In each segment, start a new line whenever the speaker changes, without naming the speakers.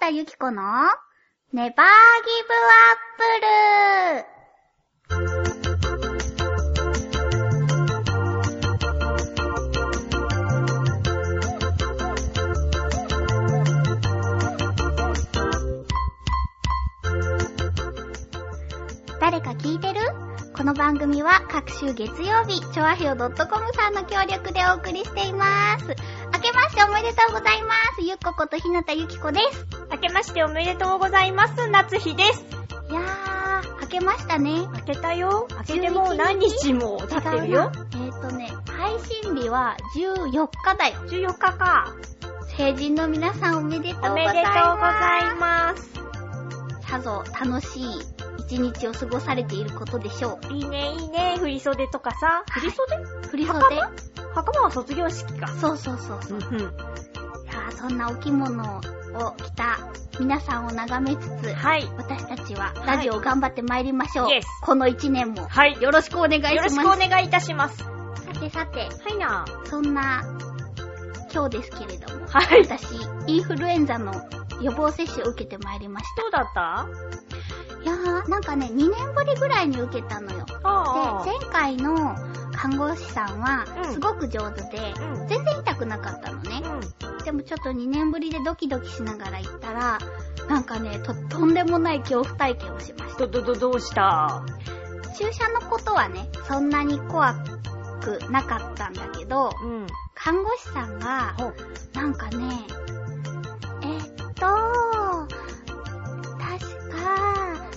田ゆき子のネバーギブアップル誰か聞いてるこの番組は各週月曜日、チョアヒオ .com さんの協力でお送りしています。明けましておめでとうございます。ゆっこことひなたゆきこです。
明けましておめでとうございます、夏日です。
いやー、明けましたね。
明けたよ。明けてもう何日も経って
違。
るよ
うなえっ、ー、とね、配信日は14日だよ。
14日か。
成人の皆さんおめでとうござい
お
ます。
めでとうございます。
さぞ楽しい一日を過ごされていることでしょ
いいね、いいね。振り袖とかさ。
はい
振り袖
う。振り袖
袴袴は卒業式か。
そうそうそうそうう。
んうん。
いやーそんなお着物を着た皆さんを眺めつつ、
はい。
私たちは
はい
ラジオを頑張って参りましょう。
イエス
この一年も。
はい。よ
よろしくお願いします。
ろしくお願いいたします。は
さてさて、
いな。
そんな今日ですけれども、
はい。
私、インフルエンザの予防接種を受けてまいりまし
どうだった
た。いやー、なんかね、2年ぶりぐらいに受けたのよ。で、
あ
前回の看護師さんは
う、ん
すごく上手で、
あ。うん。
全然痛くなかったのね。
うん。
でもちょっと2年ぶりでドキドキしながら行ったら、なんかね、と、とんでもない恐怖体験をしました。
ど、ど、ど、どうした
注射のことはね、そんなに怖くなかったんだけど、
うん。
看護師さんが、
ほう
なんかね、えっと、確か、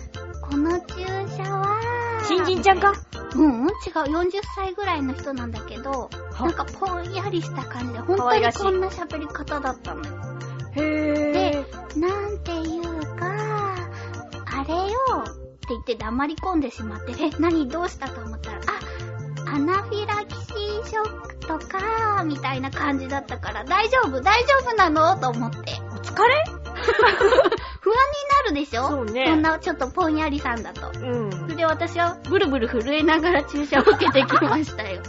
この注射は、
新人ちゃんか
うん、うん、違う、40歳ぐらいの人なんだけど、なんかぽんやりした感じで、本当にこんな喋り方だったのよ。
へぇ
でなんていうか、あれよって言って黙り込んでしまって、え、何どうしたと思ったら、あ、アナフィラキシーショックとか、みたいな感じだったから、大丈夫大丈夫なのと思って。
お疲れ
不安になるでしょ
そうね
そんなちょっとぽんやりさんだと。
うん。
それで私はブルブル震えながら注射を受けてきました よ。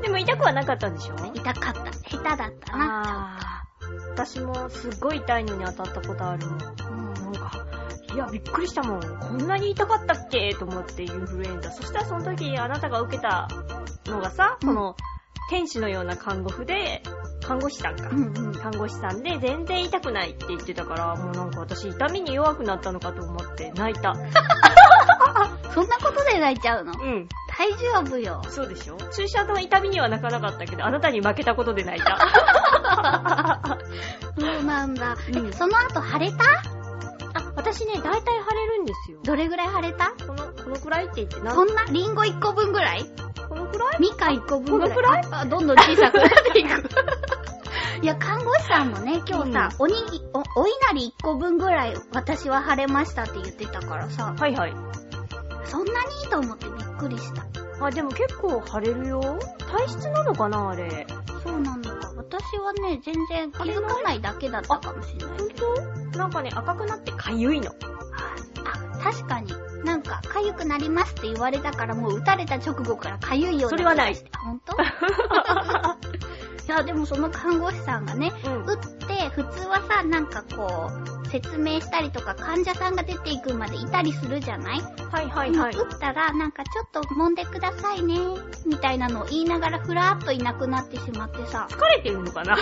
でも痛くはなかったんでしょ
痛かった。下手だったな。
あー私もすっごい痛いのに当たったことあるもん。
うん
なんか、いや、びっくりしたもん。こんなに痛かったっけと思って、インフルエンザ。そしたらその時、あなたが受けたのがさ、
うん
その、天使のような看護婦で、看護師さんか。
うんうん。
看護師さんで、全然痛くないって言ってたから、もうなんか私、痛みに弱くなったのかと思って、泣いた。
そんなことで泣いちゃうの
うん。
大丈夫よ。
そうでしょ注射の痛みには泣かなかったけど、あなたに負けたことで泣いた。
そうなんだ。え
うん
その後腫れた
あ、私ね、大体腫れるんですよ。
どれぐらい腫れた
この、このくらいって言って、な
そ
ん
んなリンゴ1個分ぐらい
このくらい
ミカ1個分ぐらい
このくらい
あ、どんどん小さくなっていく。いや、看護師さんもね、今日さ、おにぎ、お、お稲荷1個分ぐらい私は腫れましたって言ってたからさ、
はいはい。
そんなにいいと思ってびっくりした。
あ、でも結構腫れるよ。体質なのかな、あれ。
そうなのか。私はね、全然気づかないだけだったかもしれない。
ほんとなんかね、赤くなってかゆいの。
あ、確かに。なんか、痒くなりますって言われたから、もう打たれた直後から痒いような。
それはない。
あ、ほんと いや、でもその看護師さんがね、
うん
打って、普通はさ、なんかこう、説明したりとか、患者さんが出ていくまでいたりするじゃない
はいは
で
い
も
はい。
打ったら、なんかちょっと揉んでくださいね、みたいなのを言いながら、ふらっといなくなってしまってさ、
疲れてるのかな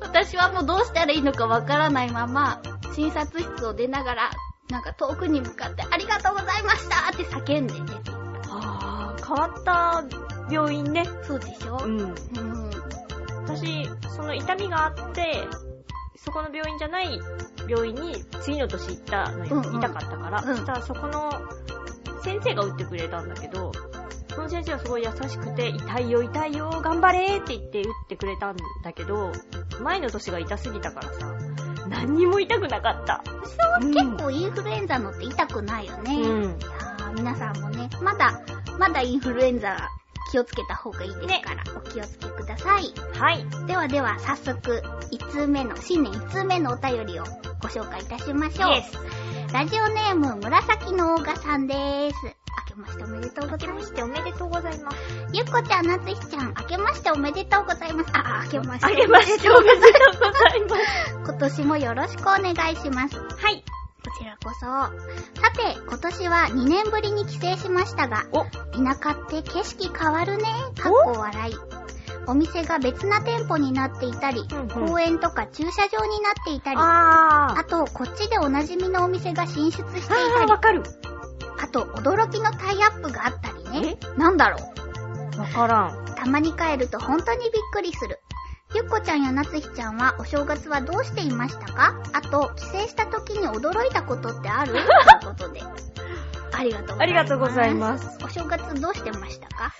私はもうどうしたらいいのかわからないまま、診察室を出ながら、なんか遠くに向かって、ありがとうございましたって叫んで出ていっ
あー変わった病院ね。
た。そうでしょ
うん。
うん。
私、その痛みがあって、そこの病院じゃない病院に次の年行ったのよ。
うんうん
痛かったから。
うん
そしたらそこの先生が打ってくれたんだけど、その先生はすごい優しくて、痛いよ痛いよ、頑張れって言って打ってくれたんだけど、前の年が痛すぎたからさ、何にも痛くなかった。そう
結構インフルエンザのって痛くないよね。
う
いや
ん。
ー皆さんもね、まだ、まだインフルエンザ気をつけた方がいいですから、お気をつけください。
はい。
ではでは、早速、1通目の、新年1通目のお便りをご紹介いたしましょう。
イエス。
ラジオネーム、紫のオーガさんでーす。明けましておめでとうご
明
ざい
けま
ます
し。ておめでとうございます。
ゆっこちゃん、なつひちゃん、明けましておめでとうございます。あ、あ明けまして。
あげましておめでとうございます。
年もよろしくお願いします。
はい。
こちらこそ。さて、今年は2年ぶりに帰省しましたが、
お、
田舎って景色変わるね。かっこ笑い。お店が別な店舗になっていたり、
うんうん
公園とか駐車場になっていたり、
あ
あと、こっちでおなじみのお店が進出してい
ー。あ
た
ー、
り、
わかる。
あと、驚きのタイアップがあったりね。なんだろう。
わからん。
たまに帰ると本当にびっくりする。ゆっこちゃんやなつひちゃんはお正月はどうしていましたかあと、帰省した時に驚いたことってあるということで。ありがとうございます。
ありがとうございます。
お正月どうしてましたか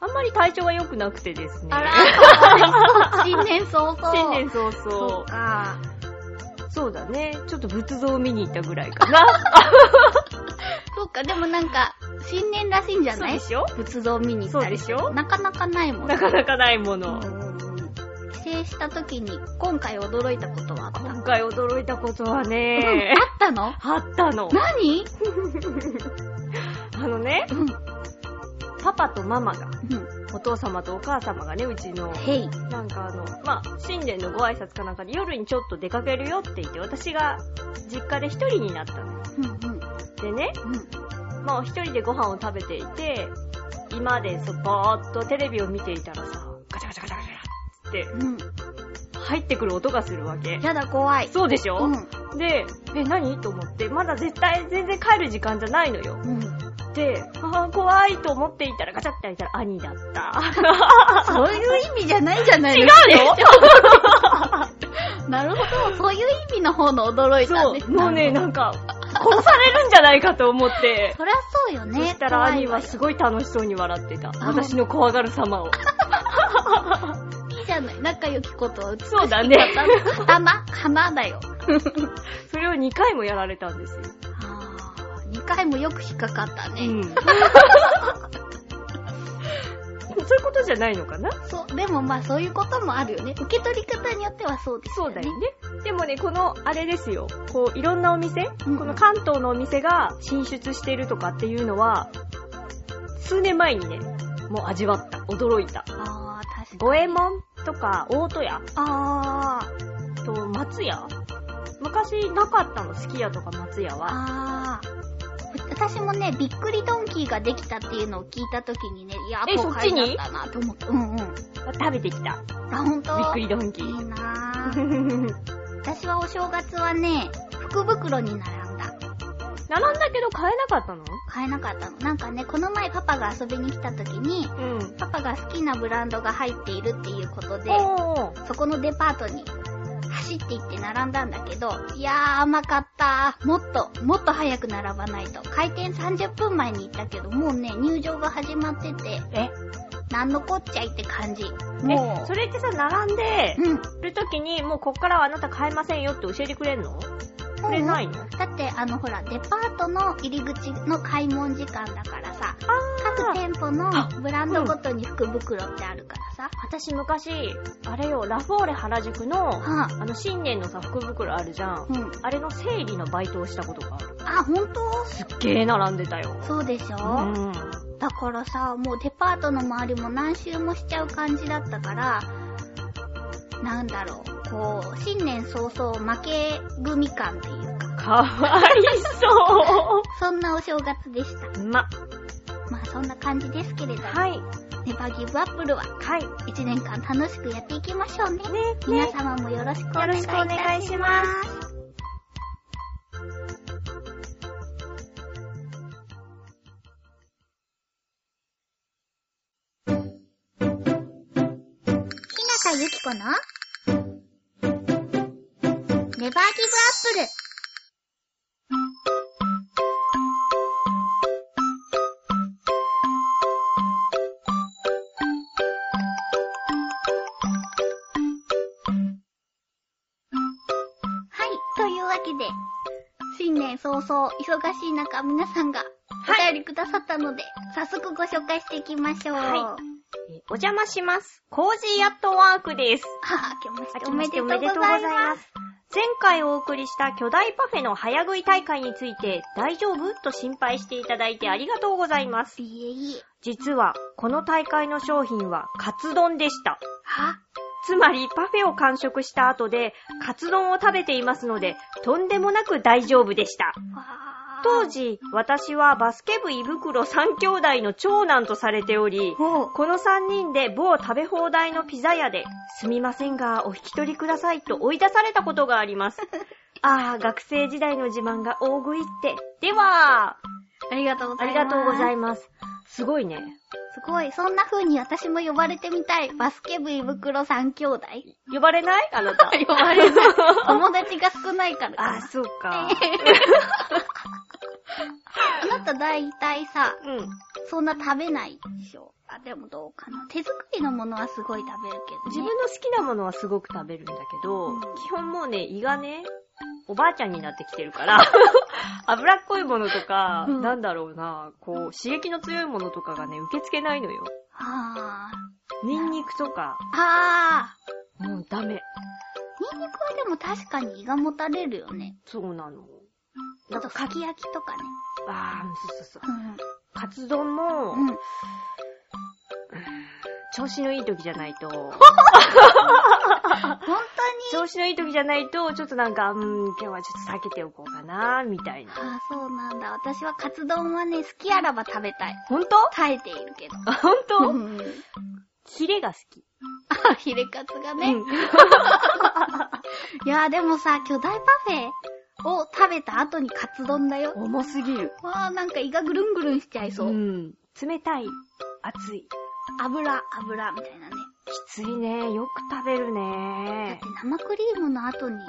あんまり体調が良くなくてですね。
あら、 新年早々。
新年早
そう
々。
か。
そうだね。ちょっと仏像を見に行ったぐらいかな。
そうか、でもなんか、新年らしいんじゃ
そう
な
で
い
しょ
仏像見に行ったり
そうでしょ
なかなかないもんね
なかなかないもの。
帰省した時に今回驚いたことはあった
今回驚いたこと
う
は
ん
ね
あ、ったの
あったの。
何
あのね、
うん。
パパとママが、
うん。
お父様とお母様がね、うちの、
へい。
なんかあの、まあ、新年のご挨拶かなんかで夜にちょっと出かけるよって言って、私が実家で一人になったの。
うんうん。
でね、
うん。
まあ一人でご飯を食べていて、今でそぼーっとテレビを見ていたらさ、ガチャガチャガチャガチャっ
うん。
て入ってくる音がするわけ。
やだ、怖い。
そうでし
う
ょ、
ん。
で、え、何と思って、まだ絶対全然帰る時間じゃないのよ。
うん。
で、あー怖いと思っていたらガチャって開いたら兄だった。
そういう意味じゃないじゃない
違う
で
よ
すか。違うなるほど、そういう意味の方の驚いたん
そ
です
う、もうね、なんか、殺されるんじゃないかと思って。
そりゃそうよね。
そしたら兄はすごい楽しそうに笑ってた。
あ
私の怖がる様を。
ごいいいじゃない。仲良きことは美しい。
そうだね。
頭、花だよ。
それを2回もやられたんですよ。
あー二回もよく引っかかったね。
うん。そういうことじゃないのかな
そう、でもまあそういうこともあるよね。受け取り方によってはそうです
そ
よ
う
ね。
だよね。でもね、この、あれですよ。こう、いろんなお店、
うん
この関東のお店が進出しているとかっていうのは、数年前にね、もう味わった。驚いた。
あー、確かに。
五右衛門とか、大戸屋
あー、
と松屋昔なかったの、すき家とか松屋は。
あー。私もね、びっくりドンキーができたっていうのを聞いたときにね、いや、
え
後悔だったなと思った。うんうん。
食べてきた。
あ、ほんと
びっくりドンキ
いい
ー。
な ぁ。私はお正月はね、福袋に並んだ。
並んだけど買えなかったの
買えなかったの。なんかね、この前パパが遊びに来たときに、
うん。
パパが好きなブランドが入っているっていうことで、
おー
そこのデパートに走って行って並んだんだけど、いやー甘かったもっと、もっと早く並ばないと。開店30分前に行ったけど、もうね、入場が始まってて、
え、
なんのこっちゃいって感じ。も
え、それってさ、並んで
う、うん。
るときに、もうこっからはあなた買えませんよって教えてくれんのくれないの
だって、あの、ほら、デパートの入り口の開門時間だからさ、各店舗のブランドごとに福袋ってあるからさ、
私昔、あれよ、ラフォーレ原宿の、
はぁ、
あの、新年のさ、福袋あるじゃん。
うん。
あれの整理のバイトをしたことがある。
あ、ほんと
すっげー並んでたよ。
そうでしょ、
うん。
だからさ、もうデパートの周りも何周もしちゃう感じだったから、なんだろう、こう、新年早々負け組感っていうか、
かわいそ
そんなお正月でした。
う。ま、
まあそんな感じですけれども、
はい、
ネバギブアップルは
はい。ね、
1年間楽しくやっていきましょうね。皆
ね。
様もよろしくお願いいたし
よろしくお願いしま
ます。日向ゆき子のネバーギブアップル。はい、というわけで、新年早々、忙しい中、皆さんがお便りくださったので、早速ご紹介していきましょう。
はいえお邪魔します。コージーアットワークです。
はぁ、明けましてお
明け
め
ま
で
し
と
て
う
お
ござ
め
い
でとうござい
ま
ますす。前回お送りした巨大パフェの早食い大会について大丈夫と心配していただいてありがとうございます。
いえいえ。
実は、この大会の商品はカツ丼でした。
は
つまりパフェを完食した後で、カツ丼を食べていますので、とんでもなく大丈夫でした。
わー
当、時、私はバスケ部胃袋3兄弟の長男とされており、
ほう。
この3人で某食べ放題のピザ屋で、すみませんが、お引き取りくださいと追い出されたことがあ ります。ああ、学生時代の自慢が大食いって。で
あ
は、
りがとうご
あ
ざい
り
ます。
がとうござい
ま
ます。すごいね。
す。すごい。そんな風に私も呼ばれてみたい。バスケ部胃袋三兄弟。
呼ばれないあなた。
呼ばれない。友達が少ないからか
あ、
な。
そう か。
あなた大体さ、
うん。
そんな食べないでしょ。あ、でもどうかな。手作りのものはすごい食べるけど、ね。
自分の好きなものはすごく食べるんだけど、
うん
基本もうね、胃がね、おばあちゃんになってきてる から、脂っこいものとか、
うん
なんだろうな、こう、刺激の強いものとかがね、受け付けないのよ。
あ
ニンニクとか、
ー。あ
もうダメ。
ー。ニンニクはでも確かに胃がもたれるよね。
そうなの。
あと、かき焼きとかね。
あー、そうそう
う
そう。
ん。
カツ丼も、
うん。
調子のいい時じゃないと、
本当に
調子のいい時じゃないと、ちょっとなんか、うーん、今日はちょっと避けておこうかな、みたいな。
ああ、そうなんだ。私はカツ丼はね、好きあらば食べたい。
ほんと
耐えているけど。
ほんと
うん
ヒレが好き。
あ、ヒレカツがね。
うん
いやーでもさ、巨大パフェを食べた後にカツ丼だよ。
重すぎる。
わー、なんか胃がぐるんぐるんしちゃいそう。
ん。冷たい、熱い。
油、油、みたいなね。
きついね。よく食べる
だっ
ね
て。生クリームの後に、いや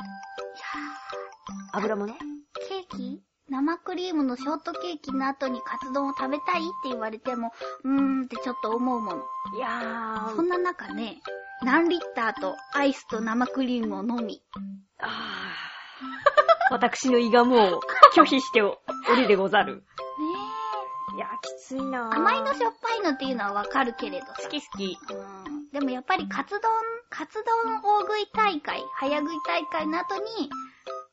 油もね。
ー、ケーキ生クリームのショートケーキの後にカツ丼を食べたいって言われても、うーんってちょっと思うもの。
いや
そんな中ね、何リッターとアイスと生クリームを飲み、
あー私の胃がもう拒否して おりでござる。
ね
いやー、きついな
え。甘いのしょっぱいのっていうのはわかるけれどさ
好。き好き。
うんでもやっぱりカツ丼、カツ丼大食い大会、早食い大会の後に、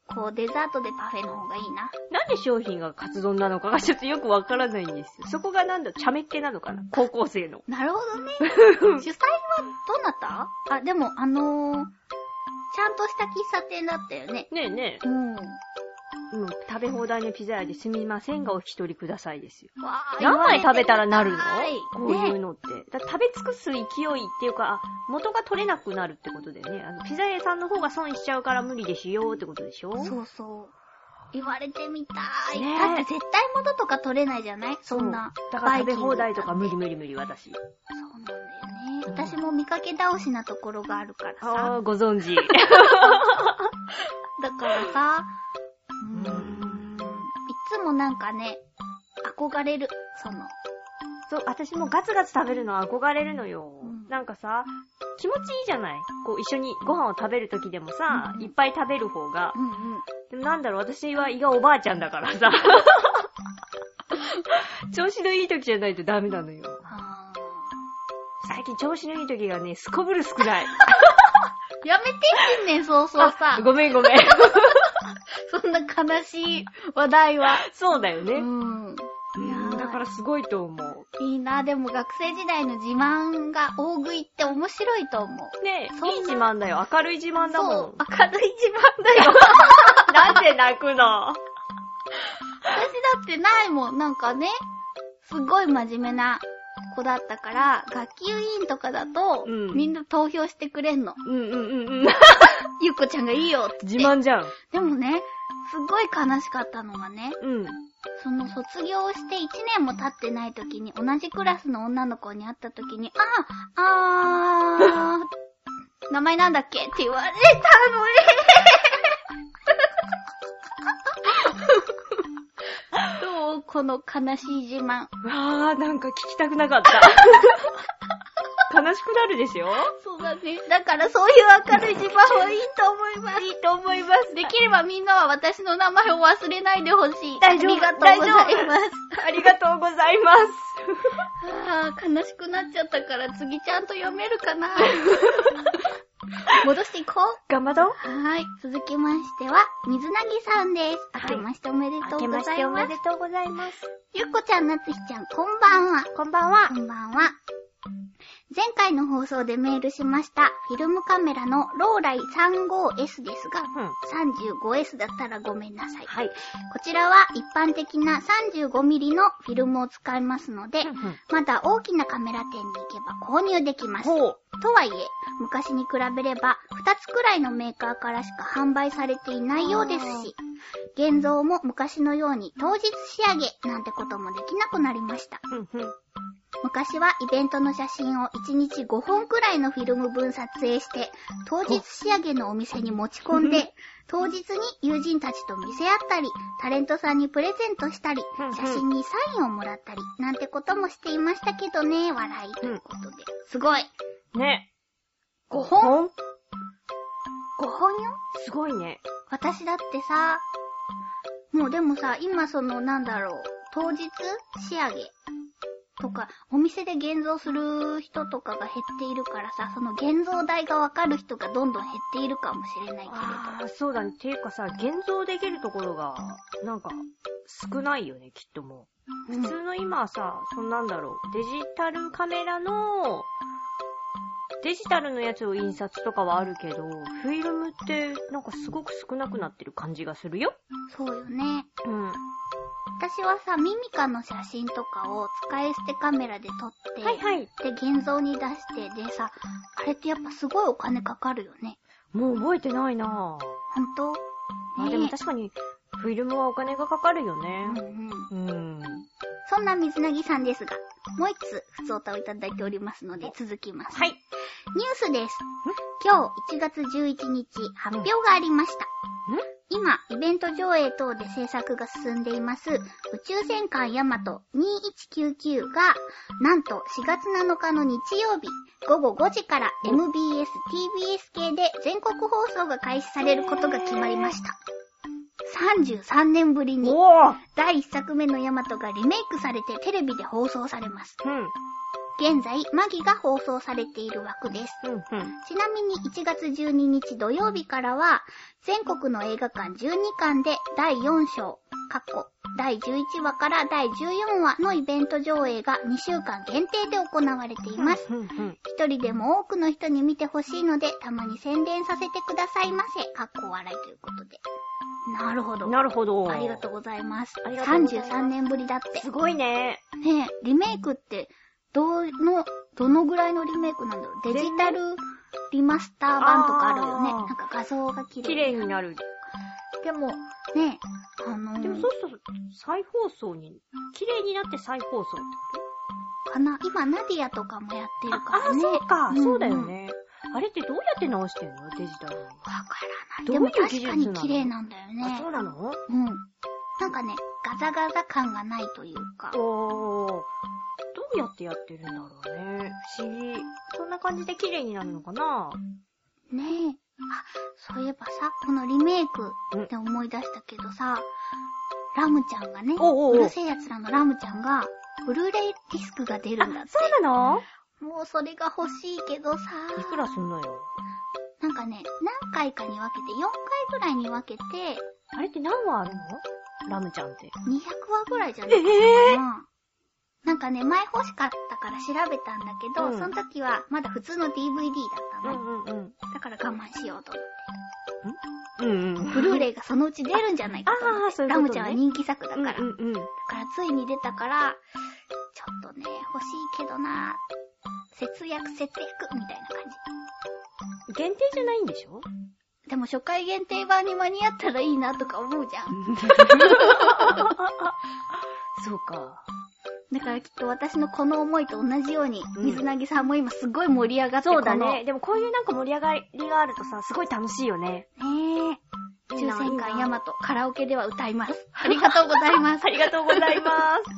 こうデザートでパフェの方がいいな。
なんで商品がカツ丼なのかがちょっとよくわからないんですよ。そこがなんだ、茶目っ気なのかな高校生の。
なるほどね。 主催はどなたあ、でもあのー、ちゃんとした喫茶店だったよね。
ねえね
うん。わ
え、うん、食べ放題のピザ屋ですみませんがお一人くださいですよ。
ー
何枚食べたらなるのこ
言わ
う
れてみたい
いう
ね
のって。だから食べ尽くす勢いっていうか、あ元が取れなくなるってことだよね。あのピザ屋さんの方が損しちゃうから無理ですよってことでしょ
そうそう。言われてみたい。
ねえ
だって絶対元とか取れないじゃないそんな。
だから食
バ
べ
イキング
放題とか無理無理無理私。
そうなんだよね。私も見かけ倒しなところがあるからさ。
ああ、ご存知。
だからさ、うー、
うん
いつもなんかね、憧れる、その、
そう、私もガツガツ食べるの憧れるのよ。
うん
なんかさ、気持ちいいじゃないこう一緒にご飯を食べる時でもさ、
うんうん
いっぱい食べる方が。
うんうん。
でもなんだろう、私は胃がおばあちゃんだか らさ。調子のいい時じゃないとダメなのよ。
あ
最近調子のいい時がね、すこぶる少ない。
ーやめて新年早々さ
あ、ごめんご めん。
そんな悲しい話題は。
そうだよ
う
ね。
ん。
うん
やー
だからすごいと思う。
いいな、でも学生時代の自慢が大食いって面白いと思う。
ね
そんない
い自慢だよ。明るい自慢だも
そ
ん
う、。明るい自慢だよ。
なんで泣くの
私だってないもん、なんかね、すごい真面目な子だったから、学級委員とかだと、
うん
みんな投票してくれんの。
うんうん うんうん。
ゆっこちゃんがいいよって。
自慢じゃん。
でもね、すごい悲しかったのがね、
うん。
その卒業して1年も経ってない時に、同じクラスの女の子に会った時に、ああ、あー、名前なんだっけって言われ たのね。どうこの悲しい自慢。
わー、なんか聞きたくなかった。 悲しくなるでしょ
そうだね。だからそういう明るい自慢はいいと思います。
いいと思います。
できればみんなは私の名前を忘れないでほしい。
大丈
あ
夫
りがとうございます。
ありがとうございます。
ああ、悲しくなっちゃったから次ちゃんと読めるかな。 戻していこう。
頑張ろう。
はーい。続きましては、水なぎさんです。
はい
明けましておめでとうございます。
とうございます。
ゆっこちゃん、なつひちゃん、こんばんは。
こんばんは。
こんばんは。前回の放送でメールしました、フィルムカメラのローライ 35S ですが、
うん。
35S だったらごめんなさい。
はい。
こちらは一般的な 35mm のフィルムを使いますので、
うんうん
まだ大きなカメラ店に行けば購入できます。
ほう。
とはいえ、昔に比べれば2つくらいのメーカーからしか販売されていないようですし、現像も昔のように当日仕上げなんてこともできなくなりました。
うんうん。
昔はイベントの写真を1日5本くらいのフィルム分撮影して、当日仕上げのお店に持ち込んで、当日に友人たちと見せ合ったり、タレントさんにプレゼントしたり
うんうん、
写真にサインをもらったり、なんてこともしていましたけどね、笑いということで。すごい
ね。
!5 本
ほん
?5 本よ
すごいね。
私だってさ、もうでもさ、今そのなんだろう、当日仕上げとか、お店で現像する人とかが減っているからさ、その現像代がわかる人がどんどん減っているかもしれないけれど。
ああ、そうだね。ていうかさ、現像できるところが、なんか、少ないよね、きっともう。
う
普
ん
通の今はさ、そんなんだろう。デジタルカメラの、デジタルのやつを印刷とかはあるけど、フィルムって、なんかすごく少なくなってる感じがするよ。
そうよね。
うん。は
私はさ、ミミカの写真とかを使い捨てカメラで撮って、
いはい。
で、現像に出して、でさ、あれってやっぱすごいお金かかるよね。
もう覚えてないなぁ。
ほんと
まあ
ね
でも確かに、フィルムはお金がかかるよね。
うんうん。
うん。
そんな水なぎさんですが、もう一つ、普通歌をいただいておりますので、続きます。
はい。
ニュースです。今日1月11日、発表がありました。今、イベント上映等で制作が進んでいます、宇宙戦艦ヤマト2199が、なんと4月7日の日曜日、午後5時から MBS、TBS 系で全国放送が開始されることが決まりました。33年ぶり
ん
に。
おぉ
第1作目のヤマトがリメイクされてテレビで放送されます。
うん。
現在、マギが放送されている枠です。
うん、うん。
ちなみに1月12日土曜日からは、全国の映画館12巻で第4章、過去、第11話から第14話のイベント上映が2週間限定で行われています。
うん、うん。
一人でも多くの人に見てほしいので、たまに宣伝させてくださいませ。かっこ笑いということで。なるほど。
なるほど。
ありがとうございます。
ありがとうございます
33年ぶりだって。
すごいね。
ねえ、リメイクって、どうの、どのぐらいのリメイクなんだろうデジタルリマスター版とかあるよね。
あー
なんか画像が綺麗。
綺麗になる。
でも、ねえ、あのー
でもそうすると、再放送に、綺麗になって再放送って
かな、今ナディアとかもやってる
こと
からね。
そうか、
んん
そうだよ。ね。あれってどうやって直してんのデジタルに。
わからない。
ど
で
ういう
も
技
確
術な
か
の
に綺麗なんだよ
あ、
ね
そ。うなの
うん。なんかね、ガザガザ感がないというか。
おー。どうやってやってるんだろうね。不思議。そんな感じで綺麗になるのかな
ねえ。あ、そういえばさ、このリメイク
うん
で思い出したけどさ、ラムちゃんがね、
おうおうおう
うるせえやつらのラムちゃんが、ブルーレイディスクが出るんだって。
うなの
もうそれが欲しいけどさ、
いくらすんのよ。
なんかね、何回かに分けて、4回ぐらいに分けて、
あれって何話あるのラムちゃんって。
200話ぐらいじゃないか
え
な。なんかね、前欲しかったから調べたんだけど、
うん
その時はまだ普通の DVD だった
う
の。
んうんうん。
だから我慢しようと思って。
うんうん。
ブルーレイがそのうち出るんじゃないかと思って。
あーそういうこ
ラ
とね
ムちゃんは人気作だから。
うんうんうん。
だからついに出たから、ちょっとね、欲しいけどな節約節約みたいな感
限定じゃないんでしょ
じ。でも初回限定版に間に合ったらいいなとか思うじゃん。
そうか。
だからきっと私のこの思いと同じように、
うん
水なぎさんも今すごい盛り上がって
そう
こ
だ
の
ね。でもこういうなんか盛り上がりがあるとさ、すごい楽しいよね。
ねえ。
いい
抽
な
選
いい
会
な
ヤマト、カラオケでは歌い ます。ありがとうございます
あ。りがとうございます。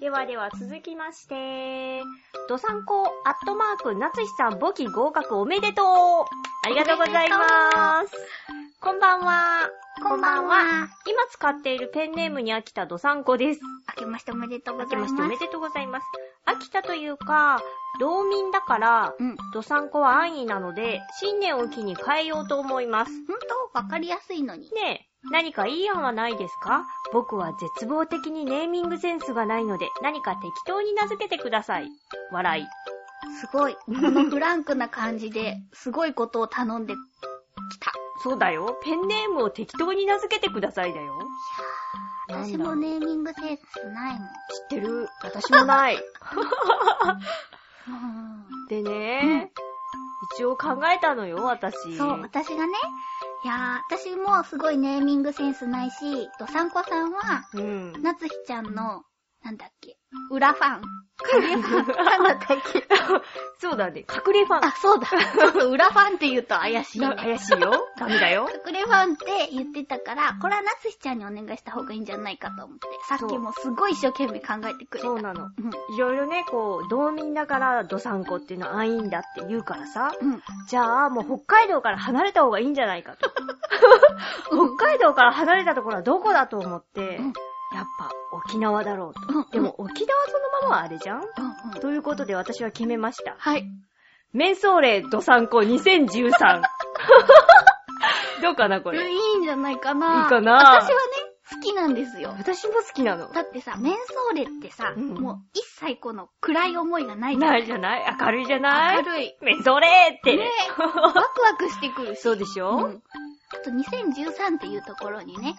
ではでは続きまして、ドサンコアットマーク、なつひさん、簿記合格おめでとうありがとうございます。こんばんは。
こんばん。は。
今使っているペンネームに飽きたドサンコです。
明けましておめでとうご
明
ざ
け
いま。
ますしておめでとうございます。飽きたというか、道民だから、
うん。
ドサンコは安易なので、新年を機に変えようと思います。
ほんとわかりやすいのに。
ねえ、何かいい案はないですか僕は絶望的にネーミングセンスがないので、何か適当に名付けてください。笑い。
すごい。このブランクな感じで、すごいことを頼んできた。
そうだよ。ペンネームを適当に名付けてくださいだよ。なんだ
私もネーミングセンスないもん。
知ってる。私もない。
うん
でね、一応考えたのよ、私。
そう、私がね、いやー、私もすごいネーミングセンスないし、ドサンコさんは、
うん。
なつひちゃんの、なんだっけ、裏ファン。影ファン。なんだったっけ。
そうだね。隠れファン
あ、。そうだ。ちょっと 裏ファンって言うと怪しいね
な。怪しいよ。ダメだよ。
隠れファンって言ってたから、これはなつひちゃんにお願いした方がいいんじゃないかと思って、さっきもすごい一生懸命考えてくれた。
そうなの。
うん。
いろいろね、こう、道民だから、ドサンコっていうのは安易んだって言うからさ、
うん。
じゃあ、もう北海道から離れた方がいいんじゃないかと。北海道から離れたところはどこだと思って、
うん
やっぱ沖縄だろうと。
うん
でも沖縄そのままはあれじゃん
うんうん。
ということで私は決めました。
はい。
メンソーレドサンコ2013。どうかな、こ
うん
れ。
いいんじゃないかな。
いいかな
私はね、好きなんですよ。
私も好きなの。
だってさ、メンソーレってさ、
うん
もう一切この暗い思いがないじゃん
ないじゃない明るいじゃな
明
い
るい。
メンソーレって。
ね ワクワクしてくるし。
そうでしょ、
うんあと2013っていうところにね、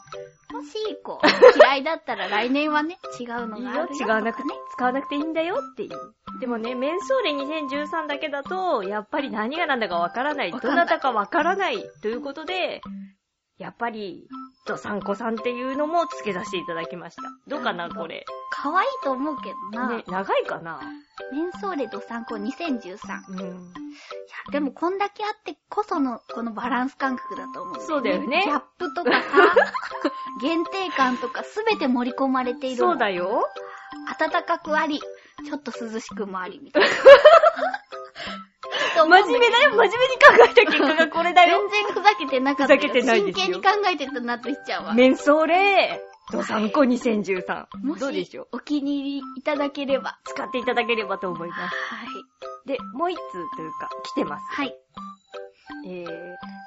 もしこ う、嫌いだったら来年はね、違うの
いい
があ
よ
る、よ
違わな
と
くて
かね。、
使わなくていいんだよっていう。でもね、メンソーレ2013だけだと、やっぱり何が何だかわからない、
わ
ど
かんない
なたかわからないということで、やっぱり、ドサンコさんっていうのも付けさせていただきました。どうかな、これ。
可愛いと思うけどな。
ね、長いかな
メンソーレドサンコ2013。いや、
うん。
でもこんだけあってこその、このバランス感覚だと思う、
そうだよね
ギャップとかさ、限定感とかすべて盛り込まれているの。
そうだよ。
暖かくあり、ちょっと涼しくもあり、みたいな。
真面目だよ、真面目に考えた結果がこれだよ。
全然ふざけてなかったよ。
ふざけてないですよ
真剣に考えてたなとひちゃんは。
メンソーレドサンコ2013。どうでしょう
お気に入りいただければ。
使っていただければと思います。
はい。
で、もう一通というか、来てます。
はい。
えー、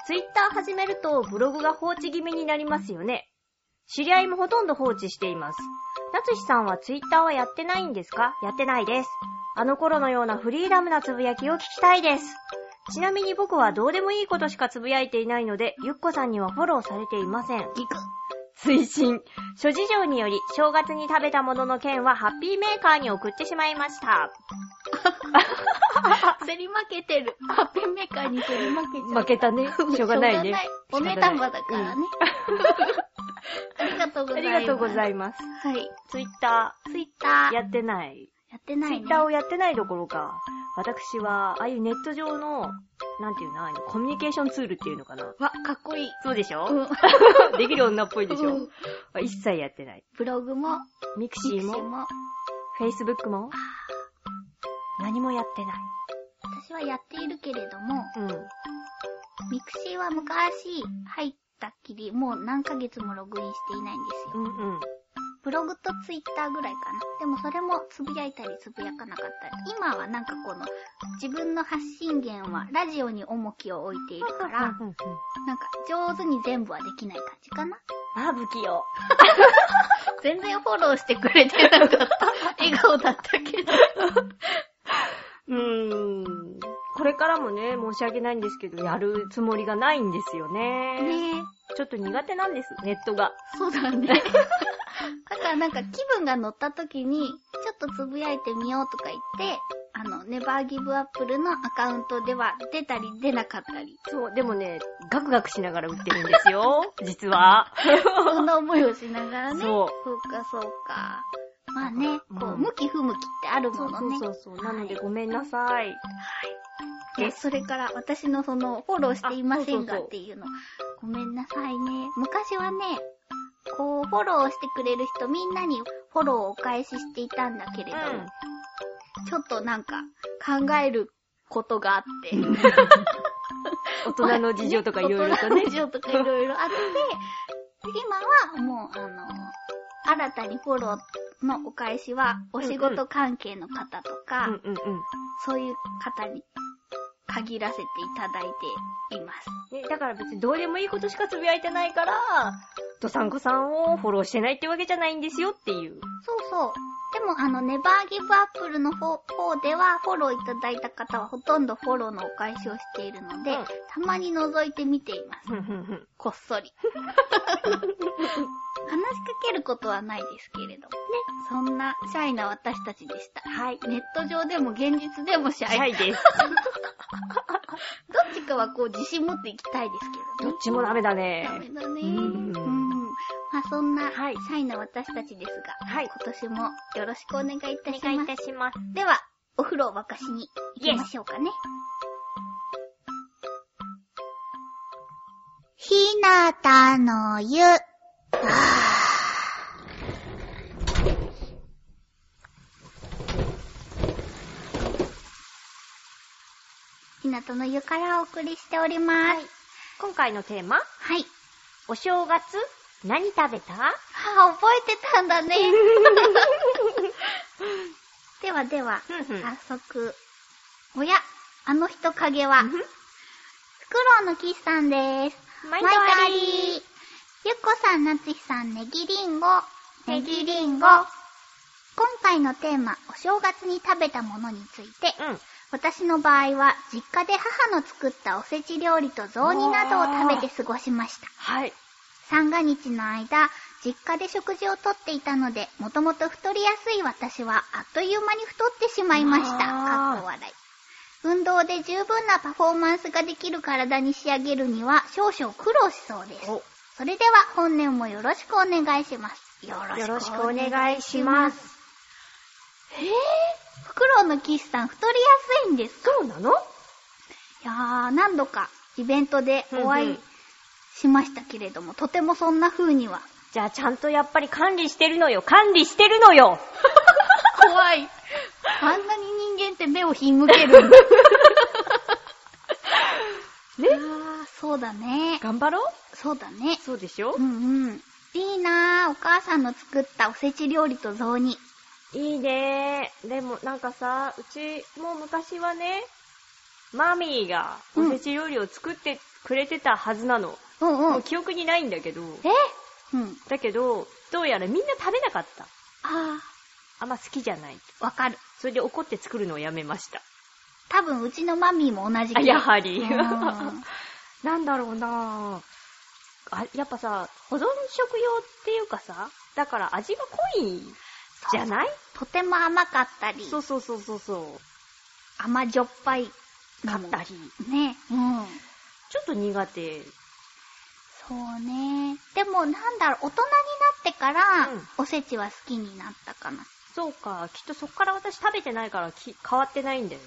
ツイッター始めるとブログが放置気味になりますよね。知り合いもほとんど放置しています。夏日さんはツイッターはやってないんですかやってないです。あの頃のようなフリーダムなつぶやきを聞きたいです。ちなみに僕はどうでもいいことしかつぶやいていないので、ゆっこさんにはフォローされていません。
行く。
推進。諸事情により、正月に食べたものの件はハッピーメーカーに送ってしまいました。
競り負けてる。ハッピーメーカーに競り負けちゃう。
負けたね。しょうがないね。
しょうがないお値段はだからね。 ありがとうご
あ
ざい
り
ます。
がとうござ
い
います。
ます。はい。
ツイッタ
ツイッタ
ー
ー。
や
や
ってない。
ってない
ツ
ね。
イッターをやってないどころか、私は、ああいうネット上の、なんていうの、ああいうコミュニケーションツールっていうのかな。
わ、かっこいい。
そうでしょ、
うん。
できる女っぽいでしょ、
うん
一切やってない。
ブログも、
ミクシ
ミ
ー
クシー
も、
も、
フェイスブックも、何もやってない。
私はやっているけれども、
うん。
ミクシーは昔入ったっきり、もう何ヶ月もログインしていないんですよ。
うんうん。
ブログとツイッターぐらいかな。でもそれもつぶやいたりつぶやかなかったり。今はなんかこの、自分の発信源はラジオに重きを置いているから、なん
うんうんうん
か上手に全部はできない感じかな。
あ、不器用。
全然フォローしてくれてな かった。笑顔だったけど。
うーん。これからもね、申し訳ないんですけど、やるつもりがないんですよね。
ねえ。
ちょっと苦手なんです、ネットが。
そうだね。だからなんか気分が乗った時に、ちょっとつぶやいてみようとか言って、あの、ネバーギブアップルのアカウントでは出たり出なかったり、
そう、でもね、ガクガクしながら売ってるんです よ、実は。
そんな思いをしながらね。
そう
そうか、そうか。まあね、こ
う
う、
ん
向き不向きってあるものね。
そうそうそう。なのでごめんなさい。
いやそれから私のその、フォローしていませんが
あそうそうそう
っていうの。ごめんなさいね。昔はね、こう、フォローしてくれる人みんなにフォローをお返ししていたんだけれども、ちょっとなんか、考えることがあ って。
大人の事情とかいろいろと
大人
ね
の。事情とかいろいろあって、今はもう、あの、新たにフォローのお返しは、お仕事関係の方とか、
うんうんうん。
そういう方に限らせていただいています。
ね、だから別にどうでもいいことしかつぶやいてないから、ドサンコさんをフォローしてないってわけじゃないんですよっていう。
そうそう。でもあの、ネバーギブアップルの方方では、フォローいただいた方はほとんどフォローのお返しをしているので、
うん
たまに覗いて見ています。
ふんふんふん
こっそり。話しかけることはないですけれどもね。そんなシャイな私たちでした。
はい。
ネット上でも現実でもシャイ。
シャイで
ど
す。
っちかはこう自信持っていきたいですけど
ど
ね。
っちもダメだね。
ダメだね。う
う
ん。
ん
まあそんな、
はい
シャイな私たちですが、
はい。
今年もよろしくお願いいたし
お願
ま
い
す。
いたします。
では、お風呂を沸かしに行きましょうかね。ひなたの湯。あーひなたの湯からお送りしております。
今回のテーマ、
はい。
お正月、何食べた
あー、覚えてたんだ ね。ではでは、
ふんふん
早速。おや、あの人影は、フクロウの岸さんです。
毎
毎
回
回ゆっこさん、なつひさん、ねぎりんご。
ねぎりんご
今回のテーマ、お正月に食べたものについて、
うん。
私の場合は、実家で母の作ったおせち料理と雑煮などを食べて過ごしました。
はい。
三が日の間、実家で食事をとっていたので、もともと太りやすい私は、あっという間に太ってしまいました。
あー
かっこ笑い。運動で十分なパフォーマンスができる体に仕上げるには、少々苦労しそうです。
お
それでは、本年もよろしくお願いします。よ
よろしくお願いしま。す。
えぇ、フクロウのキスさん、太りやすいんですか
そうなの
いやー、何度かイベントでお
うんう
会い
ん
しましたけれども、とてもそんな風には
じゃあちゃんとやっぱり管理してるのよ。管理してるのよ。
怖い。あんなに人間って目をひんむける。 ねあーそうだね。
頑張ろう。
そうだね。
そうでしょ
うんうん。いいなぁ。お母さんの作ったおせち料理と雑煮。
いいねー。でもなんかさ、うちも昔はね、マミーがおせち料理を作ってくれてたはずなの。
うんう
も
ん
う。記憶にないんだけど。
えうん。
だけど、どうやらみんな食べなかった。
あ
あんま好きじゃない。
ー、わかる。
それで怒って作るのをやめました。
多分うちのマミーも同じ
あやは
う
り。
ん
なんだろうなぁ。あ、やっぱさ、保存食用っていうかさ、だから味が濃いじゃない
とても甘かったり、
そうそうそうそうそ
甘じょっぱい。
う。買ったり。ちょ
ね。うん。
っと苦手。
そうね。でもなんだろう、大人になってから
うん、
おせちは好きになったかな。
そうか、きっとそっから私食べてないからき変わってないんだよね。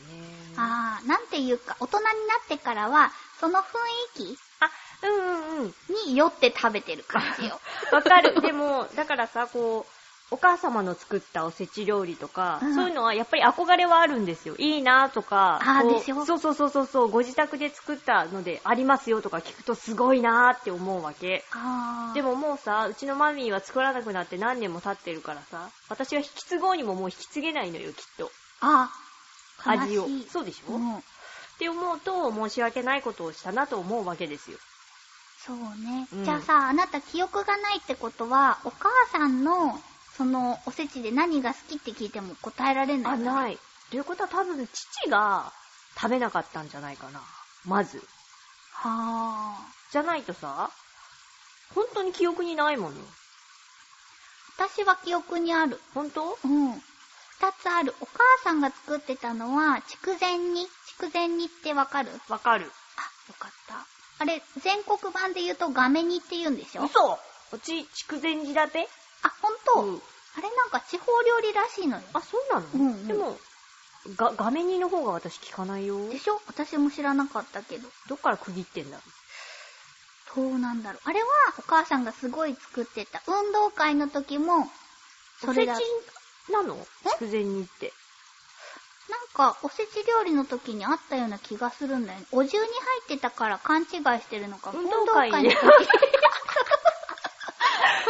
あー、なんていうか、大人になってからは、その雰囲
あ、うんうんうん。
気に酔って食べてる感じ よ。
わかる。でも、だからさ、こう、お母様の作ったおせち料理とか、
うん
そういうのはやっぱり憧れはあるんですよ。いいなとか、
あー
こう
でしょ
そうそうそうそうそう、ご自宅で作ったのでありますよとか聞くとすごいなって思うわけ。
あー。
で、ももうさ、うちのマミーは作らなくなって何年も経ってるからさ、私は引き継ごうにももう引き継げないのよ、きっと。
あー、悲しい
味を。そうでしょ、
う
っ
ん。
て思うと、申し訳ないことをしたなと思うわけですよ。
そうね、
うん
じゃあさ、あなた記憶がないってことは、お母さんの、その、おせちで何が好きって聞いても答えられない、。
あ、ないい。ということは多分、父が食べなかったんじゃないかな。まず。
はー。
じゃないとさ、本当に記憶にないもの。
私は記憶にある。
本当
うん。二つある。お母さんが作ってたのは、筑前煮。筑前煮ってわかるあ、よ
わかる。
かった。あれ、全国版で言うと画面煮って言うんでしょあ、
嘘うち、筑前煮だて
ほんと、
うん
あれなんか地方料理らしいのよ。
あ、そうなの、
うんうん
でも、が、画面煮の方が私聞かないよ。
でしょ私も知らなかったけど。
どっから区切ってんだろ
どうなんだろう。あれは、お母さんがすごい作ってた。運動会の時も、
う。
そ
おせ
れ
ち
だ。なん
なの筑前煮って。
か、おせち料理の時にあったような気がするんだよね。お重に入ってたから勘違いしてるのかも。
運動会
運動
ね
の時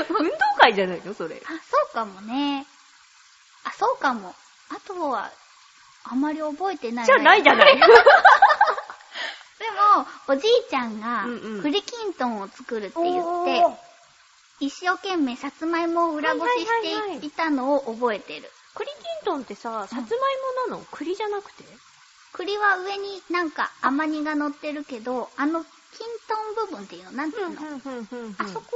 運動会じゃないのそれ。
あ、そうかもね。あ、そうかも。あとは、あまり覚えてない、ね。
じゃないじゃ
い。
ない。
でも、おじいちゃんが
うんうん、
栗きんとんを作るって言
お
って、
ー
一生懸命さつまいもを裏ごし
はいはいはいは
し
い
ていたのを覚えてる。
栗きんとんってさ、さつまいもなの、栗じゃなくて
栗は上になんか甘煮が乗ってるけど、あの、きんとん部分っていうの、なんていうの、あ
あ
そ
そ
こ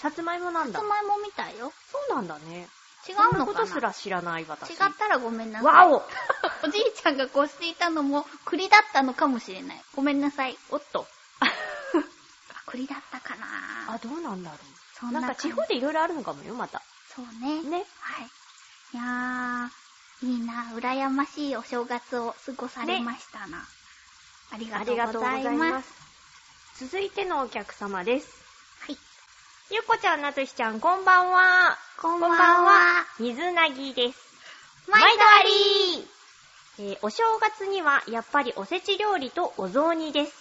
さつまいもな
は、
ん
さ
だ
つ。まいもみたいよ。
そうなんだね。
違
そ
うん
な
の
こ
かな
とすら知らない私。
違ったらごめんなさい。
わお
おじいちゃんがこうしていたのも栗だったのかもしれない。ごめんなさい。
おっ と。
あ栗だったかな
あ、どうなんだろ
そ。
うんな
なん
か
感じ
地方でいろいろあるのかもよ、また。
そうね。
ね。
はい。いやー、いいな、羨ましいお正月を過ごされましたな。あり
あ
がと
りが
う
と
ご
うご
ざ
ざ
い
い
ま。
ますす。続いてのお客様です。
はい。
ゆっこちゃん、なつひちゃん、こんばんは。
こんばんは。
水なぎです。
毎度あり
りえーお正月にはやっぱりおせち料理とお雑煮です。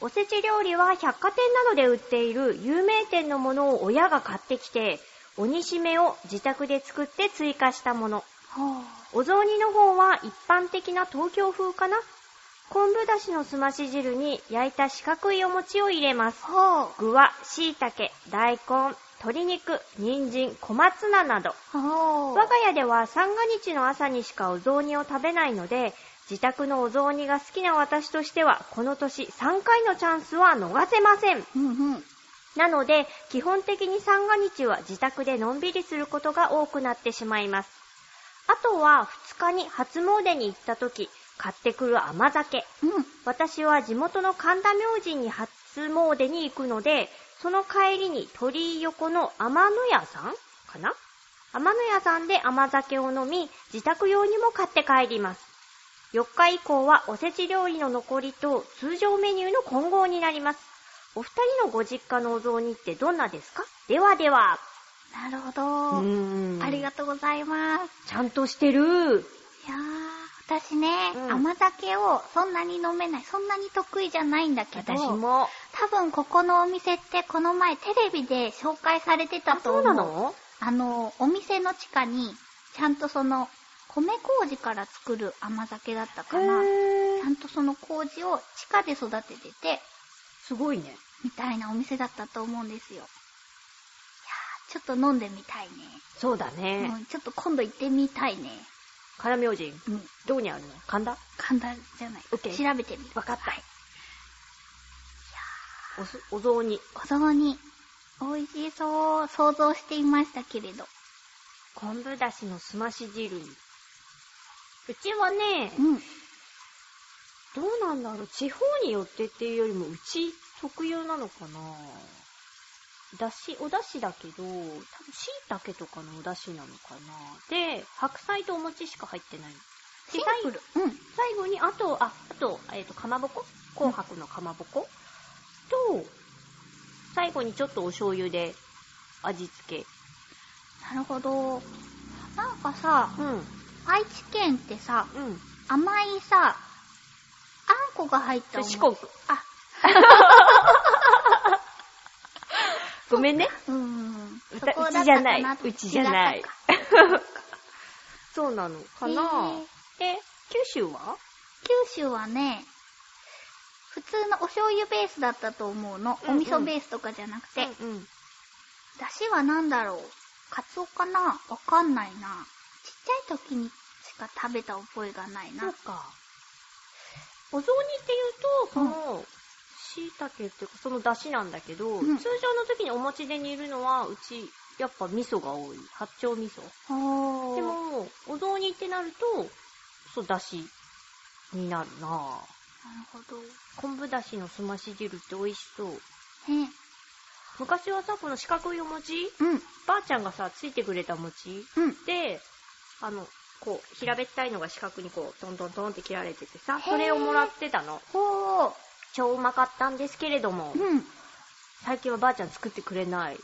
おせち料理は百貨店などで売っている有名店のものを親が買ってきて、鬼しめを自宅で作って追加したもの。
ほう。
お雑煮の方は一般的な東京風かな昆布だしのすまし汁に焼いた四角いお餅を入れます。
ほう。
具は椎茸、大根、鶏肉、人参、小松菜など。
ほう。
我が家では三が日の朝にしかお雑煮を食べないので、自宅のお雑煮が好きな私としては、この年3回のチャンスは逃せません。
うんうん。
なので、基本的に三が日は自宅でのんびりすることが多くなってしまいます。あとは2日に初詣に行った時、買ってくる甘酒。
うん。
私は地元の神田明神に初詣に行くので、その帰りに鳥居横の天野屋さんかな天野屋さんで甘酒を飲み、自宅用にも買って帰ります。4日以降はおせち料理の残りと通常メニューの混合になります。お二人のご実家のお雑煮ってどんなですかではでは。
なるほど。あり
が
がとうございます。
ちゃんとしてる。
いやー、私ね、
うん
甘酒をそんなに飲めない、そんなに得意じゃないんだけど、
私も。
多分ここのお店ってこの前テレビで紹介されてた
あ、
と思
そう
う。
なの
あの、お店の地下に、ちゃんとその、米麹から作る甘酒だったかな。
へ
ちゃんとその麹を地下で育ててて、
すごいね。
みたいなお店だったと思うんですよ。いやー、ちょっと飲んでみたい
そうだ
ね。
ね。
うん、ちょっと今度行ってみたいね。
神田明神。
うん、
どこにあるの神田
簡単じゃない。
オッケー
調べてみる。
わかった
はい
おす、お雑煮。
お雑煮、美味しそうを想像していましたけれど。
昆布だしのすまし汁。うちはね、
うん。
どうなんだろう。地方によってっていうよりも、うち特有なのかな。だし、おだしだけど、多分椎茸とかのおだしなのかな。で、白菜とお餅しか入ってない。
シンプル。うん。
最後に、あと、あ、あと、えっ、と、かまぼこ紅白のかまぼこ、と、最後にちょっとお醤油で味付け。
なるほど。なんかさ、
うん、うん。
愛知県ってさ、甘いさ、あんこが入ったお餅
四国。
あ、
ごめんね。
うーん。
う
そ
た
こ
う
だ
ち
っ
じゃ
た
な
か
い
な。と
うちじゃない。そうなのか
違った
な
かへー
え、九州は
九州はね、普通のお醤油ベースだったと思うの。
うんうん
お味噌ベースとかじゃなくて。
うんうん。
だしはなんだろうカツオかなわかんないな。ちっちゃい時にしか食べた覚えがない
そう
な。
か。お雑煮って言うと、その、椎茸っていうか、その出汁なんだけど、
うん
通常の時にお餅で煮るのは、うち、やっぱ味噌が多い。八丁味噌。
ほー。
でも、お雑煮ってなると、そう、出汁になるなぁ。
なるほど。
昆布だしのすまし汁って美味しそう。
ね。
昔はさ、この四角いお餅
うん、
ばあちゃんがさ、ついてくれた餅
うん。
で、あの、こう、平べったいのが四角にこう、トントントンって切られてて
へ
さ、
ー
それをもらってたの。
ほー。
超うまかったんですけれども、
うん。う
最近はばあちゃん作ってくれない。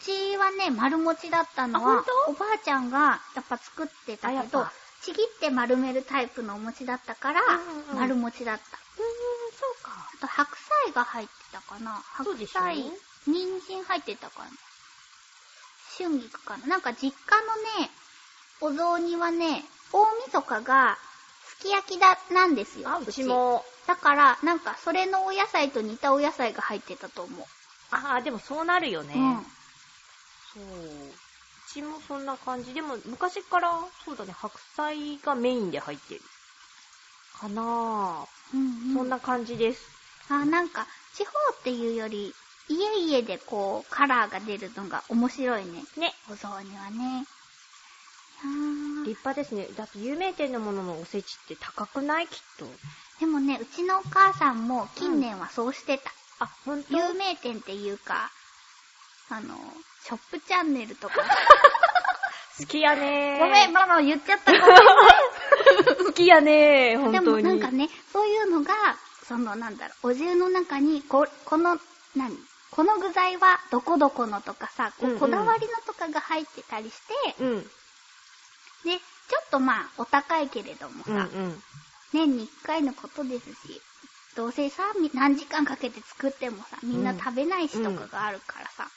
ちはね、丸餅だったの
あ
は
本、当
おばあちゃんがやっぱ作ってた
あや
け
っ
ど
ぱ、
ちぎって丸めるタイプのお餅だったから
うんうんう、ん
丸餅だった。
そうか。
あと白菜が入ってたかな
そう
白
でしょ
菜、人参入ってたかな春菊かななんか実家のね、お雑煮はね、大晦日がすき焼きだ、なんですよ。
あ、うち。も、
だから、なんかそれのお野菜と似たお野菜が入ってたと思う。
ああ、でもそうなるよね。
うん。
そう。ちもそんな感じ。でも、昔から、そうだね、白菜がメインで入ってる。かなぁ。
うん、うん。
そんな感じです。
あ、なんか、地方っていうより、家々でこう、カラーが出るのが面白いね。
ね。
お雑煮はね。いやー
立派ですね。だって有名店のもののおせちって高くないきっと。
でもね、うちのお母さんも近年はそうしてた。
あ、ほんと
有名店っていうか、あの、ショップチャンネルと か。
好きやねー。
ごめん、ママ言っちゃった。ごめん
好きやねー、 本
で
当
も
に。
なんかね、そういうのが、そのなんだろう、お重の中に、こ、この、何この具材はどこどこのとかさ、こ
うんう
うんこだわりのとかが入ってたりして、
うん。
で、ちょっとまあ、お高いけれどもさ、
うんうん。
年に一回のことですし、どうせさ、み何時間かけて作ってもさ、みんな食べないしとかがあるからさ、や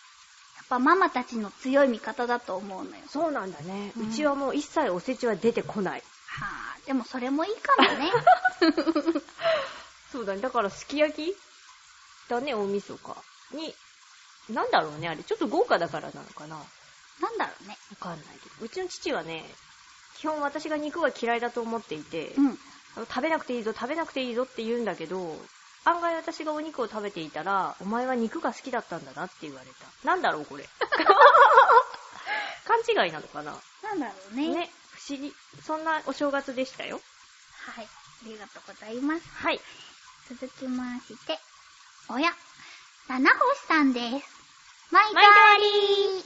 っぱママたちの強い味方だと思うのよ。
そうなんだね。
う
うんちはもう一切おせちは出てこない。
はぁ、でもそれもいいかも ね。
そうだね。だから、すき焼きだね、大晦日に。なんだろうね、あれ。ちょっと豪華だからなのかな。わ
なんだろうね。
かんないけど。うちの父はね、基本私が肉が嫌いだと思っていて、
うん。
あの食べなくていいぞ、食べなくていいぞって言うんだけど、案外私がお肉を食べていたら、お前は肉が好きだったんだなって言われた。なんだろう、 これ。勘違いなのかな
なんだろうね。
ね、不思議。そんなお正月でしたよ。
はい。ありがとうございます。
はい。
続きまして、おや、七星さんです。毎度
毎度
あ
あ
り
り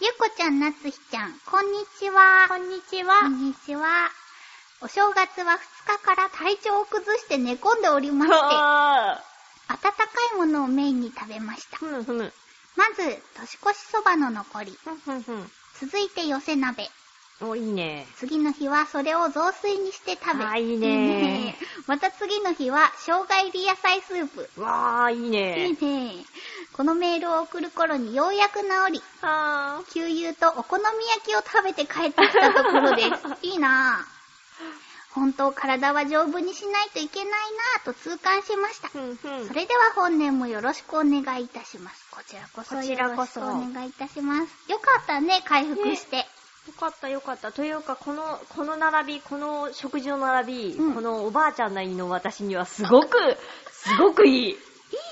ゆっこちゃん、なつひちゃん、こんにちは。
んにち
こんにちは。お正月は2日から体調を崩して寝込んでおりまして、暖か
あ
いものをメインに食べました。
ふむふむ。
まず、年越しそばの残り。
ふんふんふん。
続いて寄せ鍋。
お、いいね。
次の日はそれを雑炊にして食べ。
あいいね
また次の日は生姜入り野菜スープ。
わー、いい
い
ね。
いねこのメールを送る頃にようやく治り、
あ
給油とお好み焼きを食べて帰ってきたところです。いいなぁ。本当、体は丈夫にしないといけないなぁと痛感しました
ー。。ふんふん
そ。れでは本年もよろしくお願いいたします。こちらこそ
こち
よ
ら
ろ
こ
しく
そ
お願いいたします。よかったね、回復して。
よかったよかった。というか、この、この並び、この食事の並び、
うん
このおばあちゃんな胃の私にはすごく、すごくい
い
い。
い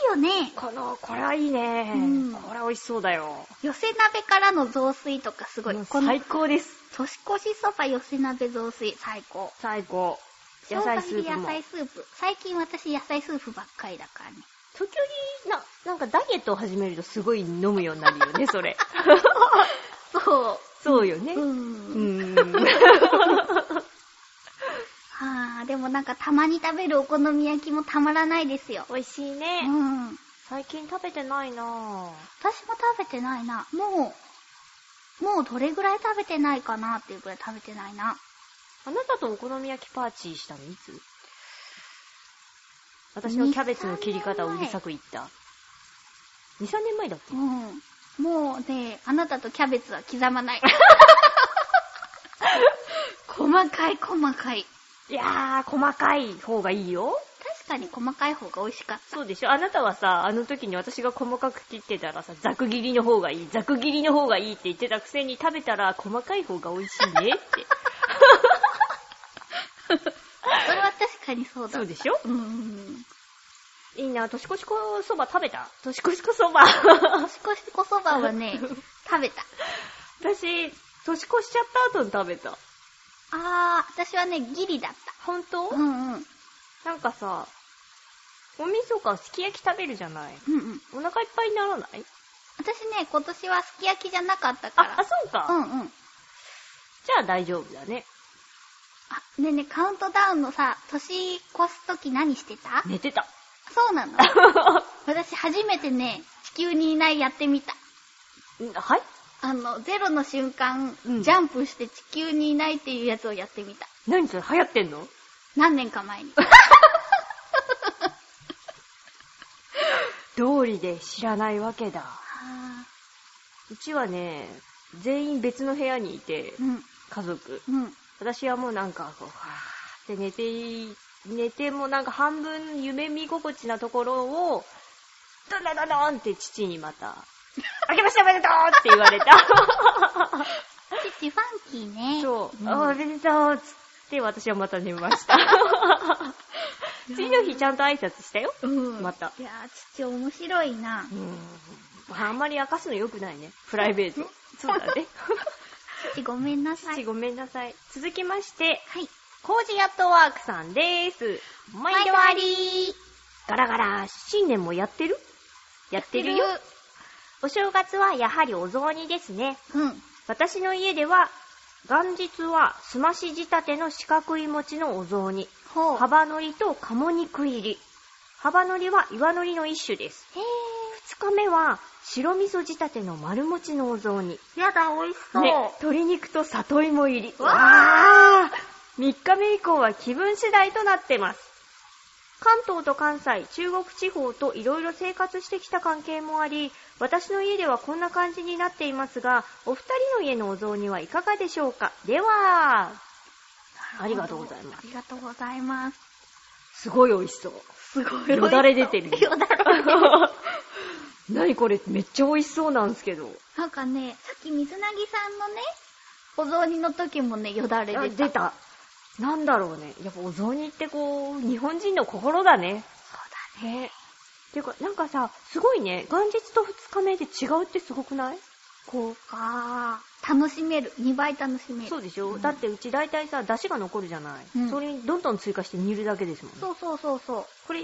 よね。
この、これはいいね。
うん
これ美味しそうだよ。
寄せ鍋からの雑炊とかすごい。
もう
この
最高です。
年越しそば寄せ鍋雑炊、最高。
最高。
生
野
姜
菜
入
ス
り
ープ
野
も。
菜スープ。最近私野菜スープばっかりだからね。
時折、な、なんかダイエットを始めるとすごい飲むようになるよね、そ れ。
そ
そうよね。
う。う。
うんん。
はあ、でもなんかたまに食べるお好み焼きもたまらないですよ。
美味しいうね。
ん。
最近食べてないなぁ。
私も食べてないな。もう、もうどれぐらい食べてないかなっていうぐらい食べてないな。
あなたとお好み焼きパーチーしたのいつ私のキャベツの切り方をうるさく言った。2、3年前だっけ
うん。もうね、あなたとキャベツは刻ま ない。細かい細かい。
いやー、細かい方がいいよ。
確かに細かい方が美味しかった。
そうでしょあなたはさ、あの時に私が細かく切ってたらさ、ざく切りの方がいい、ざく切りの方がいいって言ってたくせに食べたら細かい方が美味しいね って。
それは確かにそうだった。
そうでしょ
うんうんうん。
いいな、年越しこそば食べた年越しこそば。
年越しこそばはね、食べた。
私、年越しちゃった後に食べた。
あー、私はね、ギリだっ
本当、
た。うんうん。
なんかさ、おみそかすき焼き食べるじゃない
うんうん。
お腹いっぱいにならない
私ね、今年はすき焼きじゃなかったか
あ
ら。、
あ、そうか、
う
じ
んうん。
ゃあ大丈夫だね。
あ、ねえねえ、カウントダウンのさ、年越すとき何してた
寝て た。
そうなの私初めてね、地球にいないやってみた。
んはい
あの、ゼロの瞬間、
うん
ジャンプして地球にいないっていうやつをやってみた。
何それ流行ってんの
何年か 前に。
道理で知らないわけだ。
あ
うちはね、全員別の部屋にいて
ー、うん、
家族。
うん。
私はもうなんか、こう、はーって寝てい、寝てもなんか半 分夢見心地なところを、ドンドンドンドンって父にまた、明けましておめでとうって言われた。
父ファンキーね。
そう、
ん
あおめでとうっつって私はまた寝ました。次の日ちゃんと挨拶したよ。
うん。
また
いやー、父面白いな。
うん。あんまり明かすの良くないね。プライベート。そうだ ね。
父ごめんなさい。
父ごめんなさい。続きまして、
はい。
コージーアットワークさんです。毎度あり
り
ガラガラ、新年もやってるやってるよ。お正月はやはりお雑煮ですね。
うん。
私の家では、元日はすまし仕立ての四角い餅のお雑煮。
ほう。
幅のりと鴨肉入り。幅のりは岩のりの一種です。
へ
二日目は白味噌仕立ての丸餅のお雑煮。
ー。やだ、美味しそう。
ね、鶏肉と里芋入り。
わ
あ3日目以降は気分次第となってます。関東と関西、中国地方といろいろ生活してきた関係もあり、私の家ではこんな感じになっていますが、お二人の家のお雑煮はいかがでしょうかでは、ありがとうございま
あ
す。
りがとうございます。
すごい美味しそう。
すご
よだれ出てる
よだれ。
何これめっちゃ美味しそうなんですけど。
なんかね、さっき水なぎさんのね、お雑煮の時もね、よだれ
あ
出た。
出た。なんだろうね。やっぱお雑煮ってこう、日本人の心だね。
そうだね。
ね。ていうか、なんかさ、すごいね、元日と二日目で違うってすごくないこ
あー、楽しめる。2倍楽しめ
う。
る。
そうでしょ、
ん
だってうち大体さ、出汁が残るじゃない、
うん
それにどんどん追加して煮るだけですもんね。
そうそうそうそう。
これ、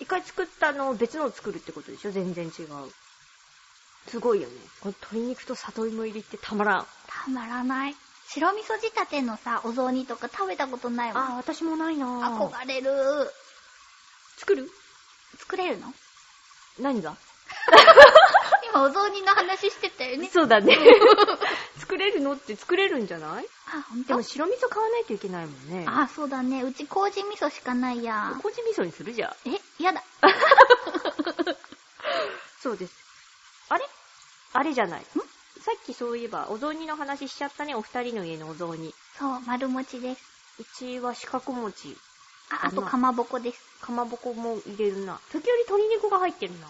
一回作ったのを別のを作るってことでしょ全然違う。すごいよね。この鶏肉と里芋入りってたまらん。
たまらない。白味噌仕立てのさ、お雑煮とか食べたことないもん。
あ、私もないなぁ。
憧れる。
作る
作れ るの
何が
今お雑煮の話してたよね。
そ うだね。作れるのって作れるんじゃない
あ、ほん
で
と
も白味噌買わないといけないもんね。
あ、そうだね。うち麹味噌しかないやん。
こじ味噌にするじゃん。
え、やだ。
そうです。あれあれじゃない。んさっきそういえば、お雑煮の話しちゃったね、お二人の家のお雑煮。う
そう、丸餅です。
ちは四角餅。
あ、あと
あの
かまぼこです。
かまぼこも入れるな。時折鶏肉が入ってるな。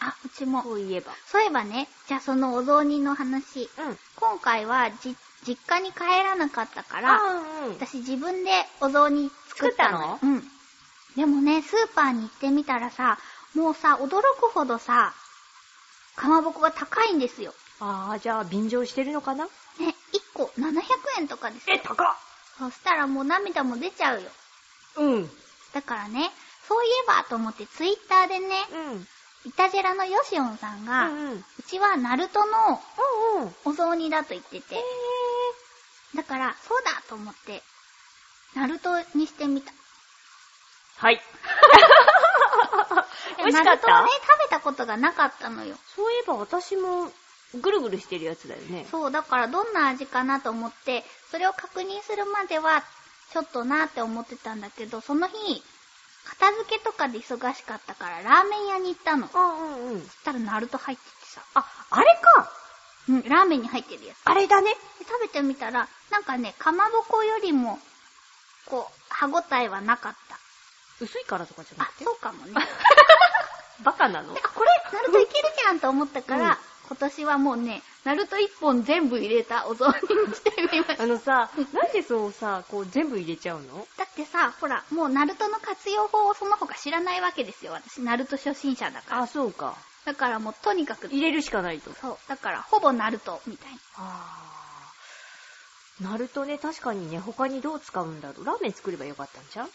あ、うちも。
そういえば。
そういえばね、じゃあそのお雑煮の話。
うん。
今回は、じ、実家に帰らなかったから、
あ、うん。
私自分でお雑煮作ったの。
作っ
うん。でもね、スーパーに行ってみたらさ、もうさ、驚くほどさ、かまぼこが高いんですよ。
あー、じゃあ、便乗してるのかな
ね、1個700円とかですよ。
高っ
そしたらもう涙も出ちゃうよ。
うん。うん。
だからね、そういえばと思ってツイッターでね、イタジェラのヨシオンさんが、
うんうん。
うちはナルトの
うんうん。
お雑煮だと言ってて
え、ー、
だから、そうだと思って、ナルトにしてみた。
はい。 美味しか
ナ
っ
ルトは
た
ね、食べたことがなかったのよ。
そういえば私も、ぐるぐるしてるやつだよね。
そう、だからどんな味かなと思って、それを確認するまでは、ちょっとなって思ってたんだけど、その日、片付けとかで忙しかったから、ラーメン屋に行ったの。そ
あ、うんうん。
したらナルト入っててさ、
あ、あれか
うん、ラーメンに入ってるやつ。
あれだね。
で食べてみたら、なんかね、かまぼこよりも、こう、歯ごたえはなかった。
薄いからとかじゃな
あ
く、て
そうか もね。で
バカなの
あ、これ、ナルトいけるじゃんと思ったから、
うん
今年はもうね、ナルト一本全部入れたお雑煮にしてみました。
あのさ、なんでそうさ、こう全部入れちゃうの
だってさ、ほら、もうナルトの活用法をその他知らないわけですよ、私。ナルト初心者だから。
あ、そうか。
だからもうとにかく、
入れるしかないと。
そう。だから、ほぼナルト、みたいな。
あー。ナルトね、確かにね、他にどう使うんだろう。ラーメン作ればよかったんじゃん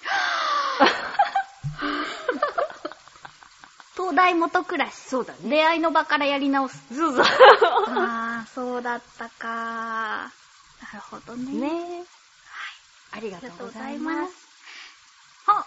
東大元暮らし。
そうだね。
出会いの場からやり 直す。
そうそ
あー、そうだったかー。なるほどね。
う。
は
ね
い。
あり
あ
が
りが
と
と
う
う
ご
ご
ざ
ざ
い
い
ま。
ますす。あ、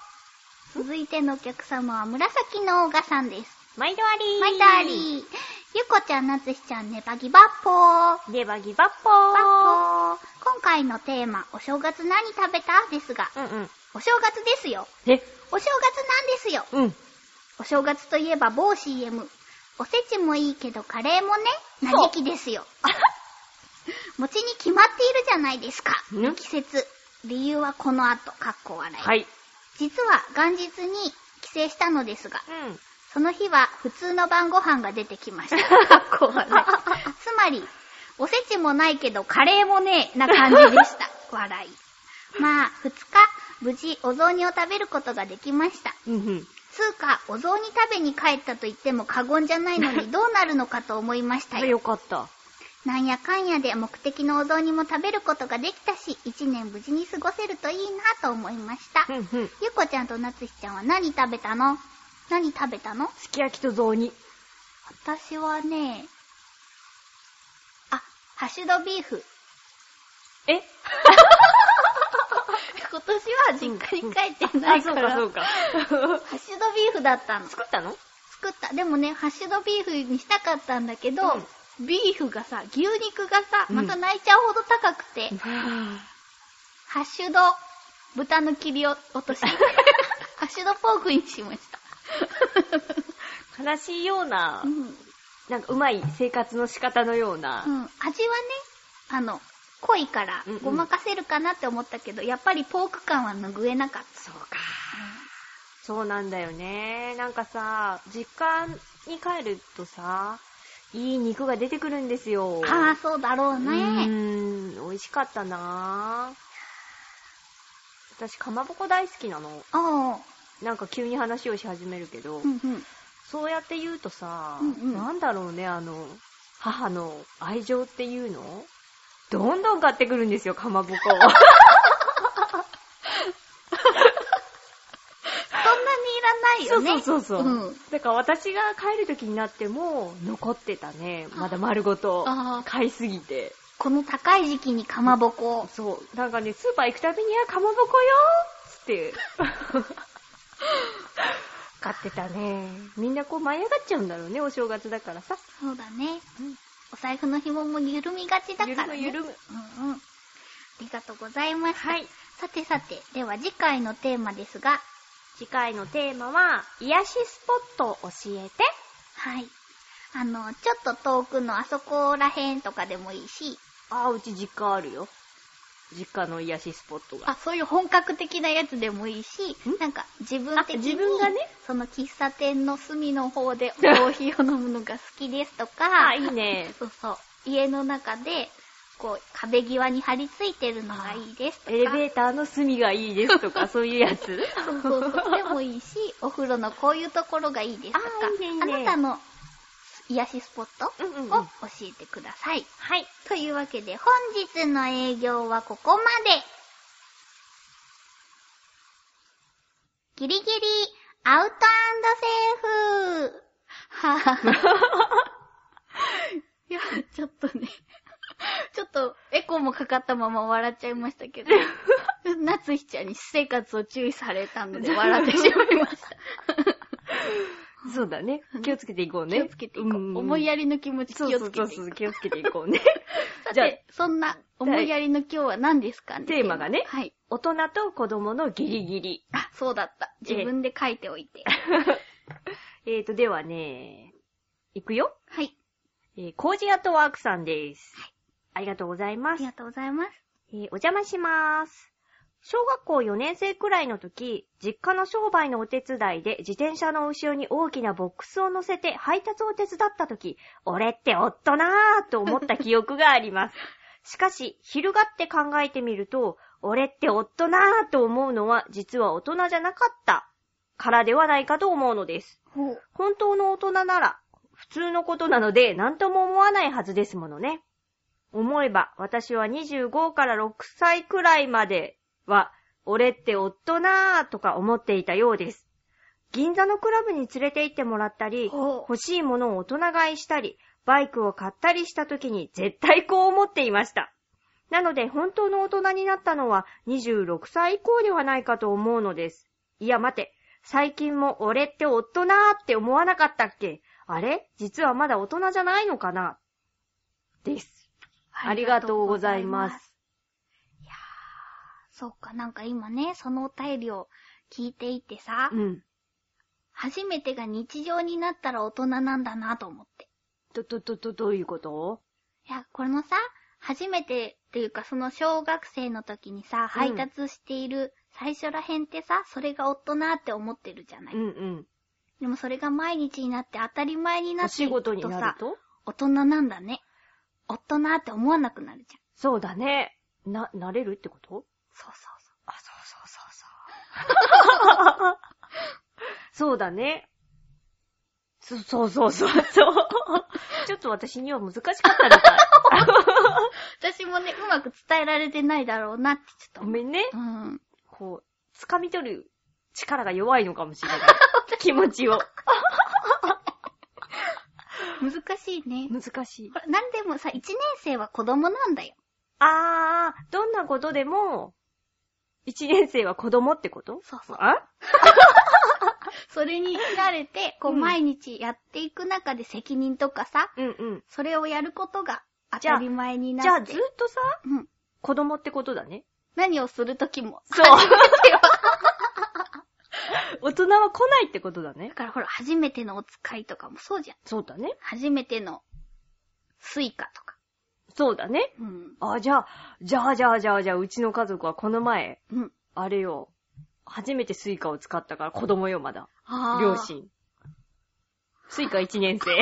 続いてのお客様は紫のオーガさんです。
毎度ありー
マイターリー。ゆこちゃん、なつしちゃん、ねばぎばっぽー。
ーではギバッポ
ばっ
ー
ぽー。今回のテーマ、お正月何食べたですが、
うんうん。
お正月ですよ。
え、
お正月なんですよ。
うん。
お正月といえば某 CM。おせちもいいけどカレーもね、な時期ですよ。餅に決まっているじゃないですか。
うん
季節。理由はこの後、かっこ笑い。
はい。
実は元日に帰省したのですが、
うん。
その日は普通の晩ご飯が出てきました。
怖い。
つまり、おせちもないけどカレーもねえな感じで した。笑い。まあ、2日、無事お雑煮を食べることができました。
うんうん。
つうか、お雑煮食べに帰ったと言っても過言じゃないの にどうなるのかと思いました
あ
よ。
よかった。
なんやかんやで目的のお雑煮も食べることができたし、一年無事に過ごせるといいなと思いました。
うんうん。
ゆっこちゃんとなつひちゃんは何食べたの何食べたの
すき焼きと雑煮。
私はね、あ、ハッシュドビーフ。
え
今年は実家に帰ってないから、
あ、そうかそうか。
ハッシュドビーフだったの。
作ったの
作った。でもね、ハッシュドビーフにしたかったんだけど、ビーフがさ、牛肉がさ、
うん
また泣いちゃうほど高くて、ハッシュド、豚の切り落とし。ハッシュドポークにしました。
悲しいような
う、ん
なんかうまい生活の仕方のような
う。ん、味はね、あの、濃いから
うんうん
ごまかせるかなって思ったけど、やっぱりポーク感は拭えなかっ
そうか。そうなんだよね。なんかさ、実家に帰るとさ、いい肉が出てくるんですよ。
た。ああ、そうだろう
う
ね。
ーん、美味しかったなぁ。私、かまぼこ大好きなの。
おう。
なんか急に話をし始めるけど、
うんうん。
そうやって言うとさ、
うんうん
なんだろうね、あの、母の愛情っていうのどんどん買ってくるんですよ、かまぼこを。
そんなにいらないよね。
そうそうそう。
うん
だから私が帰る時になっても、残ってたね。まだ丸ごと
あ。ー
買いすぎて。
この高い時期にかまぼこ。
そう。なんかね、スーパー行くたびに、あ、かまぼこよつって。 買ってたね。みんなこう舞い上がっちゃうんだろうね、お正月だからさ。
そうだね。お財布の紐も緩みがちだから、ね。
ゆるむゆるむ。
うんうん。ありがとうございました。
はい。
さてさて、では次回のテーマですが、
次回のテーマは、癒しスポットを教えて。
はい。あの、ちょっと遠くのあそこらへんとかでもいいし、
ああ、うち実家あるよ。実家の癒しスポットが。
あ、そういう本格的なやつでもいいし、なんか自分的に、
あ自分がね
その喫茶店の隅の方でコーヒーを飲むのが好きですとか、
あいいね。
そうそう、家の中で、こう、壁際に張り付いてるのがいいですとか、
エレベーターの隅がいいですと か、そういうやつ。
そうそうそうでもいいし、お風呂のこういうところがいいですとか、
あいいねいいね
あなたの癒しスポット
うんうんうん
を教えてください。
はい。
というわけで本日の営業はここまでギリギリアウトセーフはぁ。 いや、ちょっとね、 ちょっとエコーもかかったまま笑っちゃいました けど、なつひちゃんに私生活を注意されたので笑ってしまいました。
そうだね。気をつけていこうね。
気をつけていこう。思い
や
やりの気持ち気をつけていこ
そうそううそう、。気をつけてい こうね。
さ
じゃあ
て、そんな思いやりの今日は何ですかね
テーマがね
はい。
大人と子供のギリギリ。
あ、そうだった。自分で書いておいて。
えーと、ではね、いくよ。
はい。
えー、コージアットワークさんです。ありがとうござい
あ
ます
り。がとうございます。
えーお邪魔しまーす。小学校4年生くらいの時、実家の商売のお手伝いで自転車の後ろに大きなボックスを乗せて配達を手伝った時、俺って夫なぁと思った記憶があります。しかし、昼がって考えてみると、俺って夫なぁと思うのは実は大人じゃなかったからではないかと思うのです。
ほう。
本当の大人なら、普通のことなので、何とも思わないはずですものね。思えば、私は25から6歳くらいまでは、俺って夫なぁとか思っていたようです。銀座のクラブに連れて行ってもらったり、
ほう。
欲しいものを大人買いしたり、バイクを買ったりした時に絶対こう思っていました。なので本当の大人になったのは26歳以降ではないかと思うのです。いや待て、最近も俺って夫なーって思わなかったっけあれ実はまだ大人じゃないのかなです。ありがとうございま
ありがとうございますす。。そうか、なんか今ね、そのお便りを聞いていてさ、
うん。
初めてが日常になったら大人なんだなと思って。
ど、ど、ど、ど、どういうこと
いや、このさ、初めてっていうか、その小学生の時にさ、配達している最初らへんってさ、それが大人って思ってるじゃない。
うんうん。
でもそれが毎日になって当たり前にな
お
ってい
仕
く
事
と
になる
さ、
と
大人なんだね。大人って思わなくなるじゃん。
そうだね。な、なれるってこと
そうそうそう。
あ、そうそうそう そう。そうだね。そ、そうそうそうそう。 ちょっと私には難しかったみたい。
私もね、うまく伝えられてないだろうなってちょっと
ご
思う。
めんね。
うん。
こう、掴み取る力が弱いのかもし れない。気持ちを。
難しいね。
難しい
ほ。ら、なんでもさ、一年生は子供なんだよ。
あー、どんなことでも、一年生は子供ってこと
そうそう。
あ
それに慣れて、こう
うん
毎日やっていく中で責任とかさ、
うんうん。
それをやることが当
じゃ
た
あ
り前に
じゃ
な
あ
って。
ずっとさ、
うん。
子供ってことだね。
何をするときも。
そう。 大人は来ないってことだね
だ。からほら、初めてのお使いとかもそうじゃん。
そうだね。
初めてのスイカとか。
そうだね。
うん。
あ、じゃあ、じゃあじゃあじゃあじゃあ、うちの家族はこの前、
うん。
あれよ、初めてスイカを使ったから子供よ、まだ。
あー
両。親。スイカ1年 生。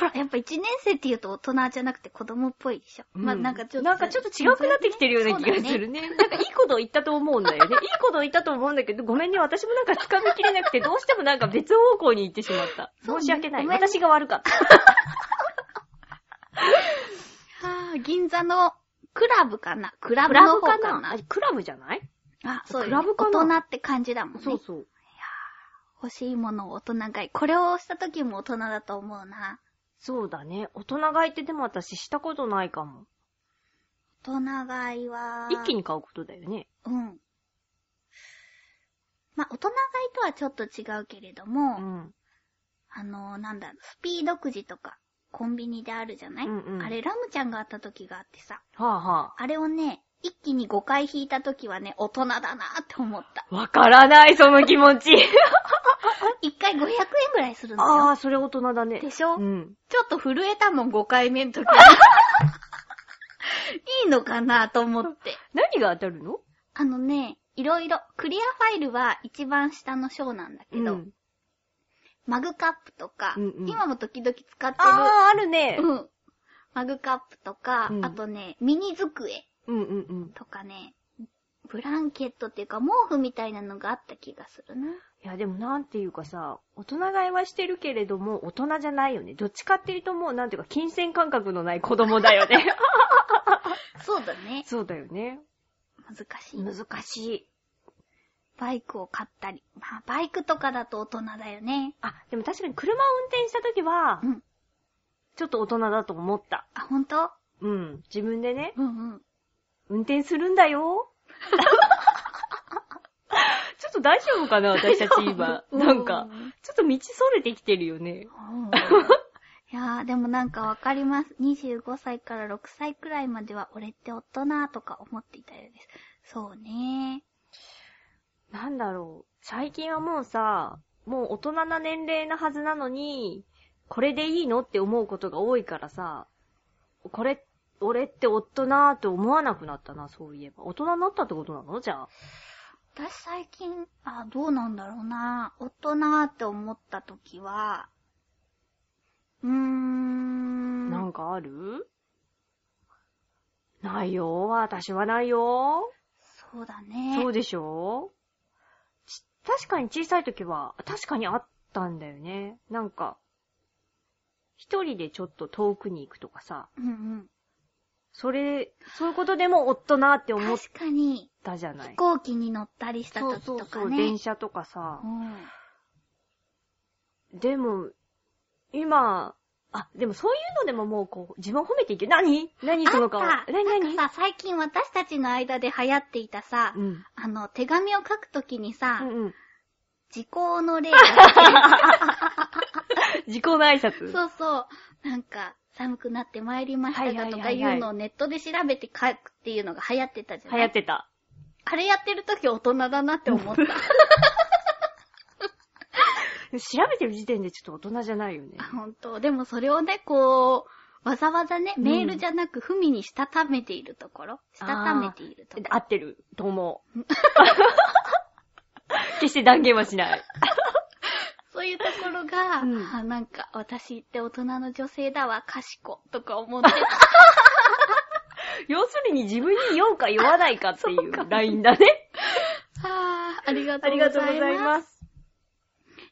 ほ ら、やっぱ一年生って言うと大人じゃなくて子供っぽいでしょ。まあ
う
なんかちょっと。
なんかちょっと違うくなってきてるような気がするね。なんかいいことを言ったと思うんだよね。いいことを言ったと思うんだけど、ごめんね、私もなんか掴みきれなくて、どうしてもなんか別方向に行ってしまった。
そうね
申し訳ない。
ごめんね
私が悪かった。
はぁ、銀座のクラブかなクラブ
クラ
の
ブ
方
か
か
な
な
あクラブじゃない
あ、そうよね
クラブかな
大人って感じだもんね。
そうそう。
欲しいものを大人買い。これをした時も大人だと思うな。
そうだね。大人買いってでも私したことないかも。
大人買いは、
一気に買うことだよね。
うん。まあ、大人買いとはちょっと違うけれども、
うん。
あのー、なんだろう、スピードくじとか、コンビニであるじゃない、
うんうん
あれ、ラムちゃんがあった時があってさ、
はあは
あれをね、一気に5回引いた時はね、大人だなって思った。
あ。わからない、その気持ち。
1回500円ぐらいするんだ
あ
よ。
あ、それ大人だね。
でしょ、
うん。
ちょっと震えたもん、5回目の 時。いいのかなと思って。
何が当たるの
あのね、いろいろ、クリアファイルは一番下の章なんだけど、
うん
マグカップとか、
うんうん
今も時々使って
ああ、あるね
る、。うん、マグカップとか、
うん
あとね、ミニ机
うんうんうん。
とかね、ブランケットっていうか毛布みたいなのがあった気がするな。
いや、でもなんていうかさ、大人買いはしてるけれども、大人じゃないよね。どっちかっていうともう、なんていうか、金銭感覚のない子供だよ ね。
そうだね。
そうだよね。
難しい。
難しい。
バイクを買ったり。まあ、バイクとかだと大人だよね。
あ、でも確かに車を運転した時は
う、ん。
ちょっと大人だと思った。
あ、ほんと
うん。自分でね、
うんうん。
運転するんだ よ。ちょっと大丈夫かな私たち 今。
大丈夫
なんか
う、ん
ちょっと道逸れてきてるよね。
うん いやー、でもなんかわかります。25歳から6歳くらいまでは俺って大人とか思っていたようです。そうね
なんだろう。最近はもうさ、もう大人な年齢なはずなのに、これでいいのって思うことが多いからさ、これ、俺って大人と思わなくなったな、そういえば。大人になったってことなのじゃあ。
私最近、あ、どうなんだろうな大人って思った時は、うーん。
なんかある、ないよ。私はないよ。
そうだね。
そうでしょち確かに小さい時は、確かにあったんだよね。なんか、一人でちょっと遠くに行くとかさ、
うん
それ、そういうことでも夫なって
うん。
思っ
確かに、
たじゃない
飛。行機に乗ったりした
そう
時
そう
と
そ
か
う、電
ね。
車とかさ
う。ん
でも、今、あ、でもそういうのでももうこう、自分を褒めていける。何何その顔。
あった
何
なん
何
かさ、最近私たちの間で流行っていたさ、
うん。
あの、手紙を書くときにさ、
うんうん。
時効の 例が、
時効の挨拶。
そうそう、なんか、寒くなってまいりましたがとかいうのをネットで調べて書くっていうのが流行ってたじゃない
流行ってた。
あれやってる時大人だなって思った。
調べてる時点でちょっと大人じゃないよね。
あ 本当でもそれをね、こう、わざわざね、
うん
メールじゃなく、文にしたためているところ。したためているところ。
合ってると 思う。決して断言はしない。
そういうところが、
うん
あなんか私って大人の女性だわ、賢とか思 って、
要するに自分に酔うか酔わないかっていうラインだね。
あーありが
あ
とう
り
ご
がとう
ざ
ご
い
ざい
ます。
ます。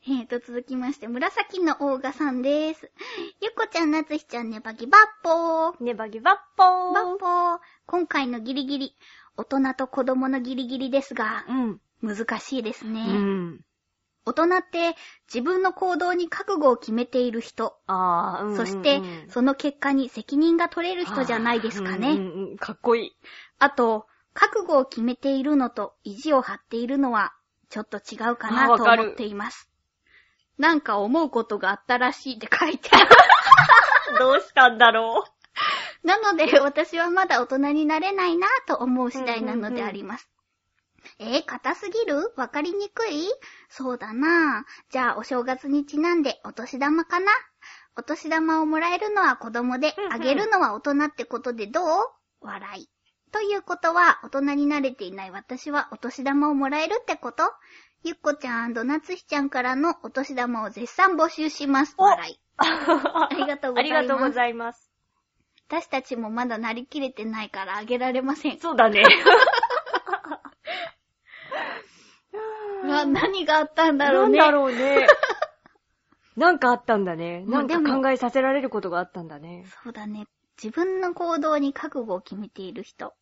えーと、続きまして、紫のオーガさんです。ゆっこちゃん、なつひちゃん、ねばぎばっぽー。
ネバギバッポー。
ばっぽー。今回のギリギリ、大人と子供のギリギリですが、
うん。
難しいですね。
うん。
大人って自分の行動に覚悟を決めている人、
ああ、うんうんうん。
そしてその結果に責任が取れる人じゃないですかね。
あーうんうんうんかっこいい。
あと、覚悟を決めているのと意地を張っているのは、ちょっと違うか
あ
な
わ
と
かる
思っています。なんか思うことがあったらしいって書いてある。
どうしたんだろ
なので、 私はまだ大人になれないなと思う次第なのであります。えー、硬すぎるわかりにくいそうだなぁ。じゃあ、お正月にちなんで、お年玉かなお年玉をもらえるのは子供で
うんう、ん
あげるのは大人ってことでどう笑い。ということは、大人に慣れていない私はお年玉をもらえるってことゆっこちゃんなつひちゃんからのお年玉を絶賛募集します。
お
笑い。
う
ありがとうご
あ
ざい
り
ます。
がとうございます。
私たちもまだなりきれてないからあげられません。
そうだね。
うわ、何があったんだろうね。
なんだろうね。 なんかあったんだね。
ま
な
あ
ん
で
か
も
考えさせられることがあったんだね。
そうだね。自分の行動に覚悟を決めている人。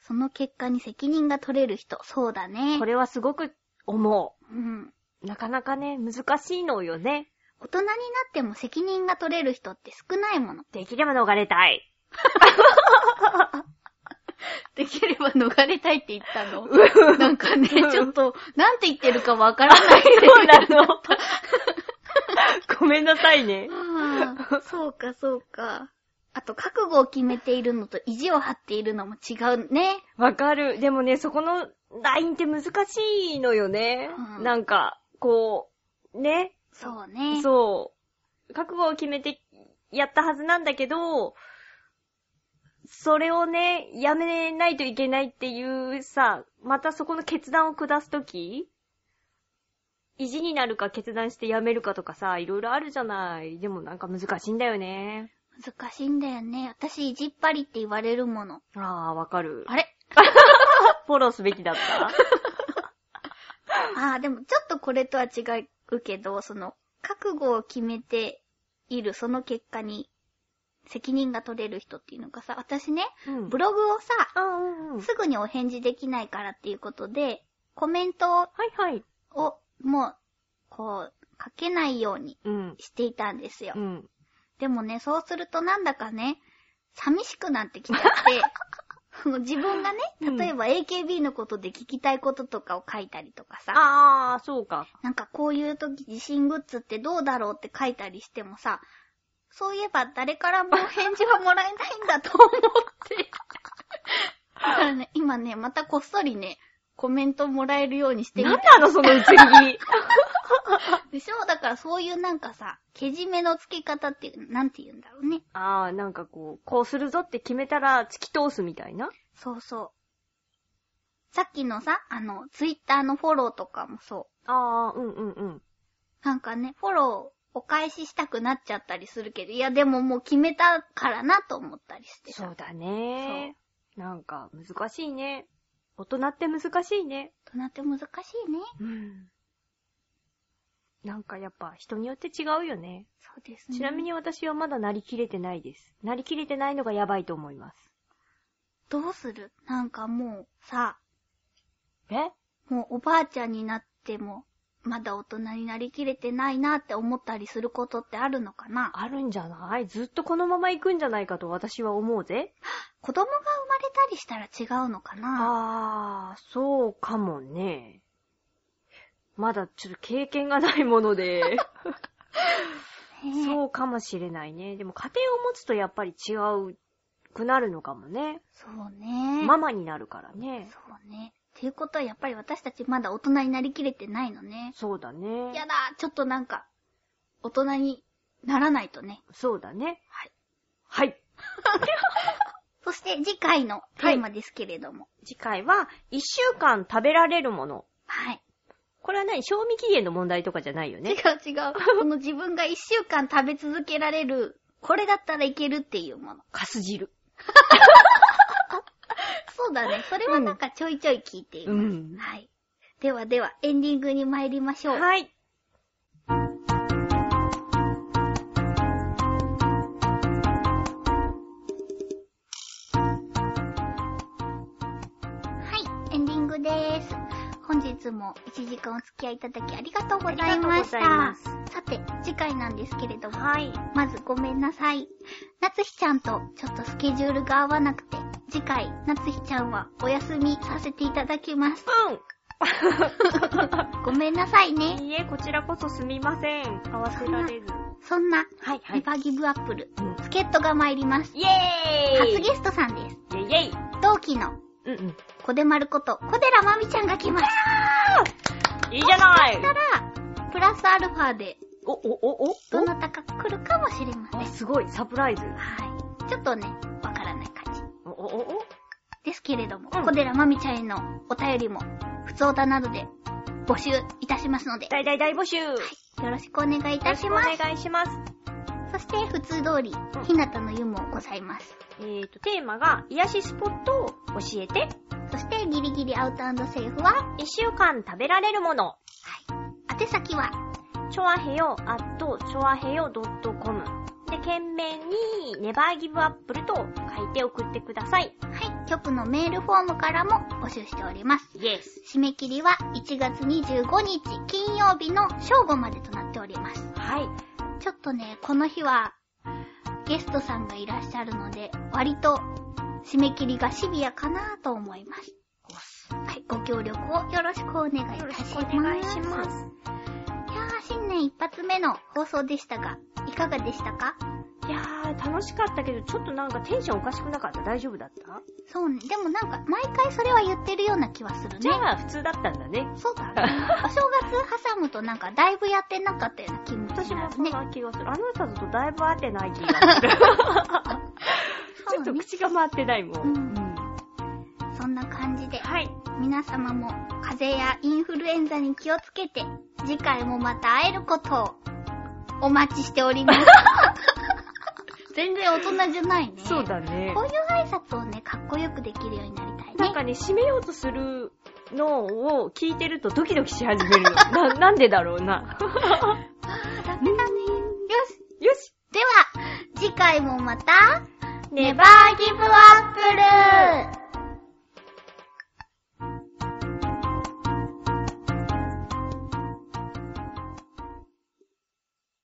その結果に責任が取れる人。そうだね
こ。れはすごく思
うん。
う。なかなかね、難しいのよね。
大人になっても責任が取れる人って少ないもの。
できれば逃れたい。
できれば逃れたいって言ったの。 なんかね、ちょっと、なんて言ってるかわからない。
そうなの。ごめんなさいね。
ああ、そうか、そうか。あと、覚悟を決めているのと意地を張っているのも違うね。
わかる。でもね、そこのラインって難しいのよね。
うん
なんか、こう、ね。
そうね。
そう。覚悟を決めてやったはずなんだけど、それをね、やめないといけないっていうさ、またそこの決断を下すとき、意地になるか決断してやめるかとかさ、いろいろあるじゃない。でもなんか難しいんだよね。
難しいんだよね。私、意地っぱりって言われるもの。
ああ、わかる。
あれ
フォローすべきだった。
ああ、でもちょっとこれとは違うけど、その、覚悟を決めているその結果に、責任が取れる人っていうのがさ、私ね、
うん
ブログをさ、
あうんうん。はい
すぐにお返事できないからっていうことで、コメント
はい。
をもう、こう、書けないように
うん。
していたんですよ
う。ん。
でもね、そうするとなんだかね、寂しくなってきちゃって、その自分がね、例えば AKB のことで聞きたいこととかを書いたりとかさ、
ああ、そうか。
なんかこういう時自信グッズってどうだろうって書いたりしてもさ、そういえば誰からも返事はもらえないんだと思って。だからね、今ね、またこっそりね、コメントもらえるようにしてみ
なん
た
であの、その移り
でしょだからそういうなんかさ、けじめのつけ方っていう、なんて言うんだろうね。
ああ、なんかこう、こうするぞって決めたら突き通すみたいな。
そうそう。さっきのさ、あの、ツイッターのフォローとかもそう。
ああ、うんうんうん。
なんかね、フォローお返ししたくなっちゃったりするけど、いやでももう決めたからなと思ったりして
そ
さ
う。だね。なんか、難しいね。大人って難しいね。
大人って難しいね。
うん。なんかやっぱ人によって違うよね。
そうですね。
ちなみ。に私はまだなりきれてないです。なりきれてないのがやばいと思います。
どうするなんかもうさ、
え
もうおばあちゃんになっても、まだ大人になりきれてないなって思ったりすることってあるのかな
あるんじゃないずっとこのまま行くんじゃないかと私は思うぜ。
子供が生まれたりしたら違うのかな
あー、そうかもね。まだちょっと経験がないもので。
ねえ
そうかもしれないね。でも家庭を持つとやっぱり違うくなるのかもね。
そうね。
ママになるからね。
そうね。っていうことはやっぱり私たちまだ大人になりきれてないのね。
そうだね。
やだちょっとなんか、大人にならないとね。
そうだね。
はい。
はい。
そして次回のテーマですけれども。
次回は、一週間食べられるもの。
はい。
ここれは何賞味期限の問題とかじゃないよ
違う
ね。
違 う。この自分が一週間食べ続けられる、これだったらいけるっていうもの。
カス汁。
そうだね。それはなんかちょいちょい聞いています。
うん
はい。ではでは、エンディングに参りましょう。
はい。
はい、エンディングです。本日も1時間お付き合いいただきありがとうございまし
ありがとうございま
た。さて、次回なんですけれども、
はい。
まずごめんなさい。なつひちゃんとちょっとスケジュールが合わなくて、次回、なつひちゃんはお休みさせていただきます。ごめんなさい
うん。
ね。
いいえ、こちらこそすみません。合わせられず。
そんな、
はい、は
ネ
い。
バーギブアップル、
うん
助っ人が参ります。
イェーイ
初ゲストさんです。
イェイイェイ
同期の
うんうん。
小出丸こと小寺まみちゃんが来ました。
いいじゃない
たら、プラスアルファで、
お、お、お、お、
どなたか来るかもしれません。
あ、すごい、サプライズ。
はい。ちょっとね、わからない感じ。
お、お、お、お
ですけれども、
うん
小寺まみちゃんへのお便りも、普通歌などで募集いたしますので、
大大大募集よ
よろしくお願いいた
ろし
し
くお
ます。
願いします。
そして、普通通り、ひなたの湯もございます。
えーと、テーマが、癒しスポットを教えて、
そして、ギリギリアウトセーフは、は
一週間食べられるもの、
い。宛先は、
チョアヘヨアットチョアヘヨ .com で、懸命に、ネバーギブアップルと書いて送ってください。
はい、局のメールフォームからも募集しております。
イエス。
締め切りは1月25日金曜日の正午までとなっております。
はい。
ちょっとね、この日は、ゲストさんがいらっしゃるので、割と、締め切りがシビアかなと思います。はい、ご協力をよろしくお願いいたします。
よろしくお願いします。
いやー、新年一発目の放送でしたが、いかがでしたか
いやー、楽しかったけど、ちょっとなんかテンションおかしくなかった大丈夫だった
そうね、でもなんか、毎回それは言ってるような気はする
じ
ね。
ゃあ、普通だったんだね。
そうだね。お正月挟むとなんか、だいぶやってなかったような気も
私
しま
も
す
そん
ね。
な気がする。あなただとだいぶ合ってない気がする。
そ
ちょっ
う
と
ね。
口が回ってないもん。
うんそんな感じで、
はい。
皆様も風邪やインフルエンザに気をつけて、次回もまた会えることをお待ちしております。 全然大人じゃないね。
そうだね
こ。ういう挨拶をね、かっこよくできるようになりたいね。
なんかね、締めようとするのを聞いてるとドキドキし始めるの。な、なんでだろう
あ
な。
ーダメだね。よし。
よし
では、次回もまた、
ネ
バーギブアップル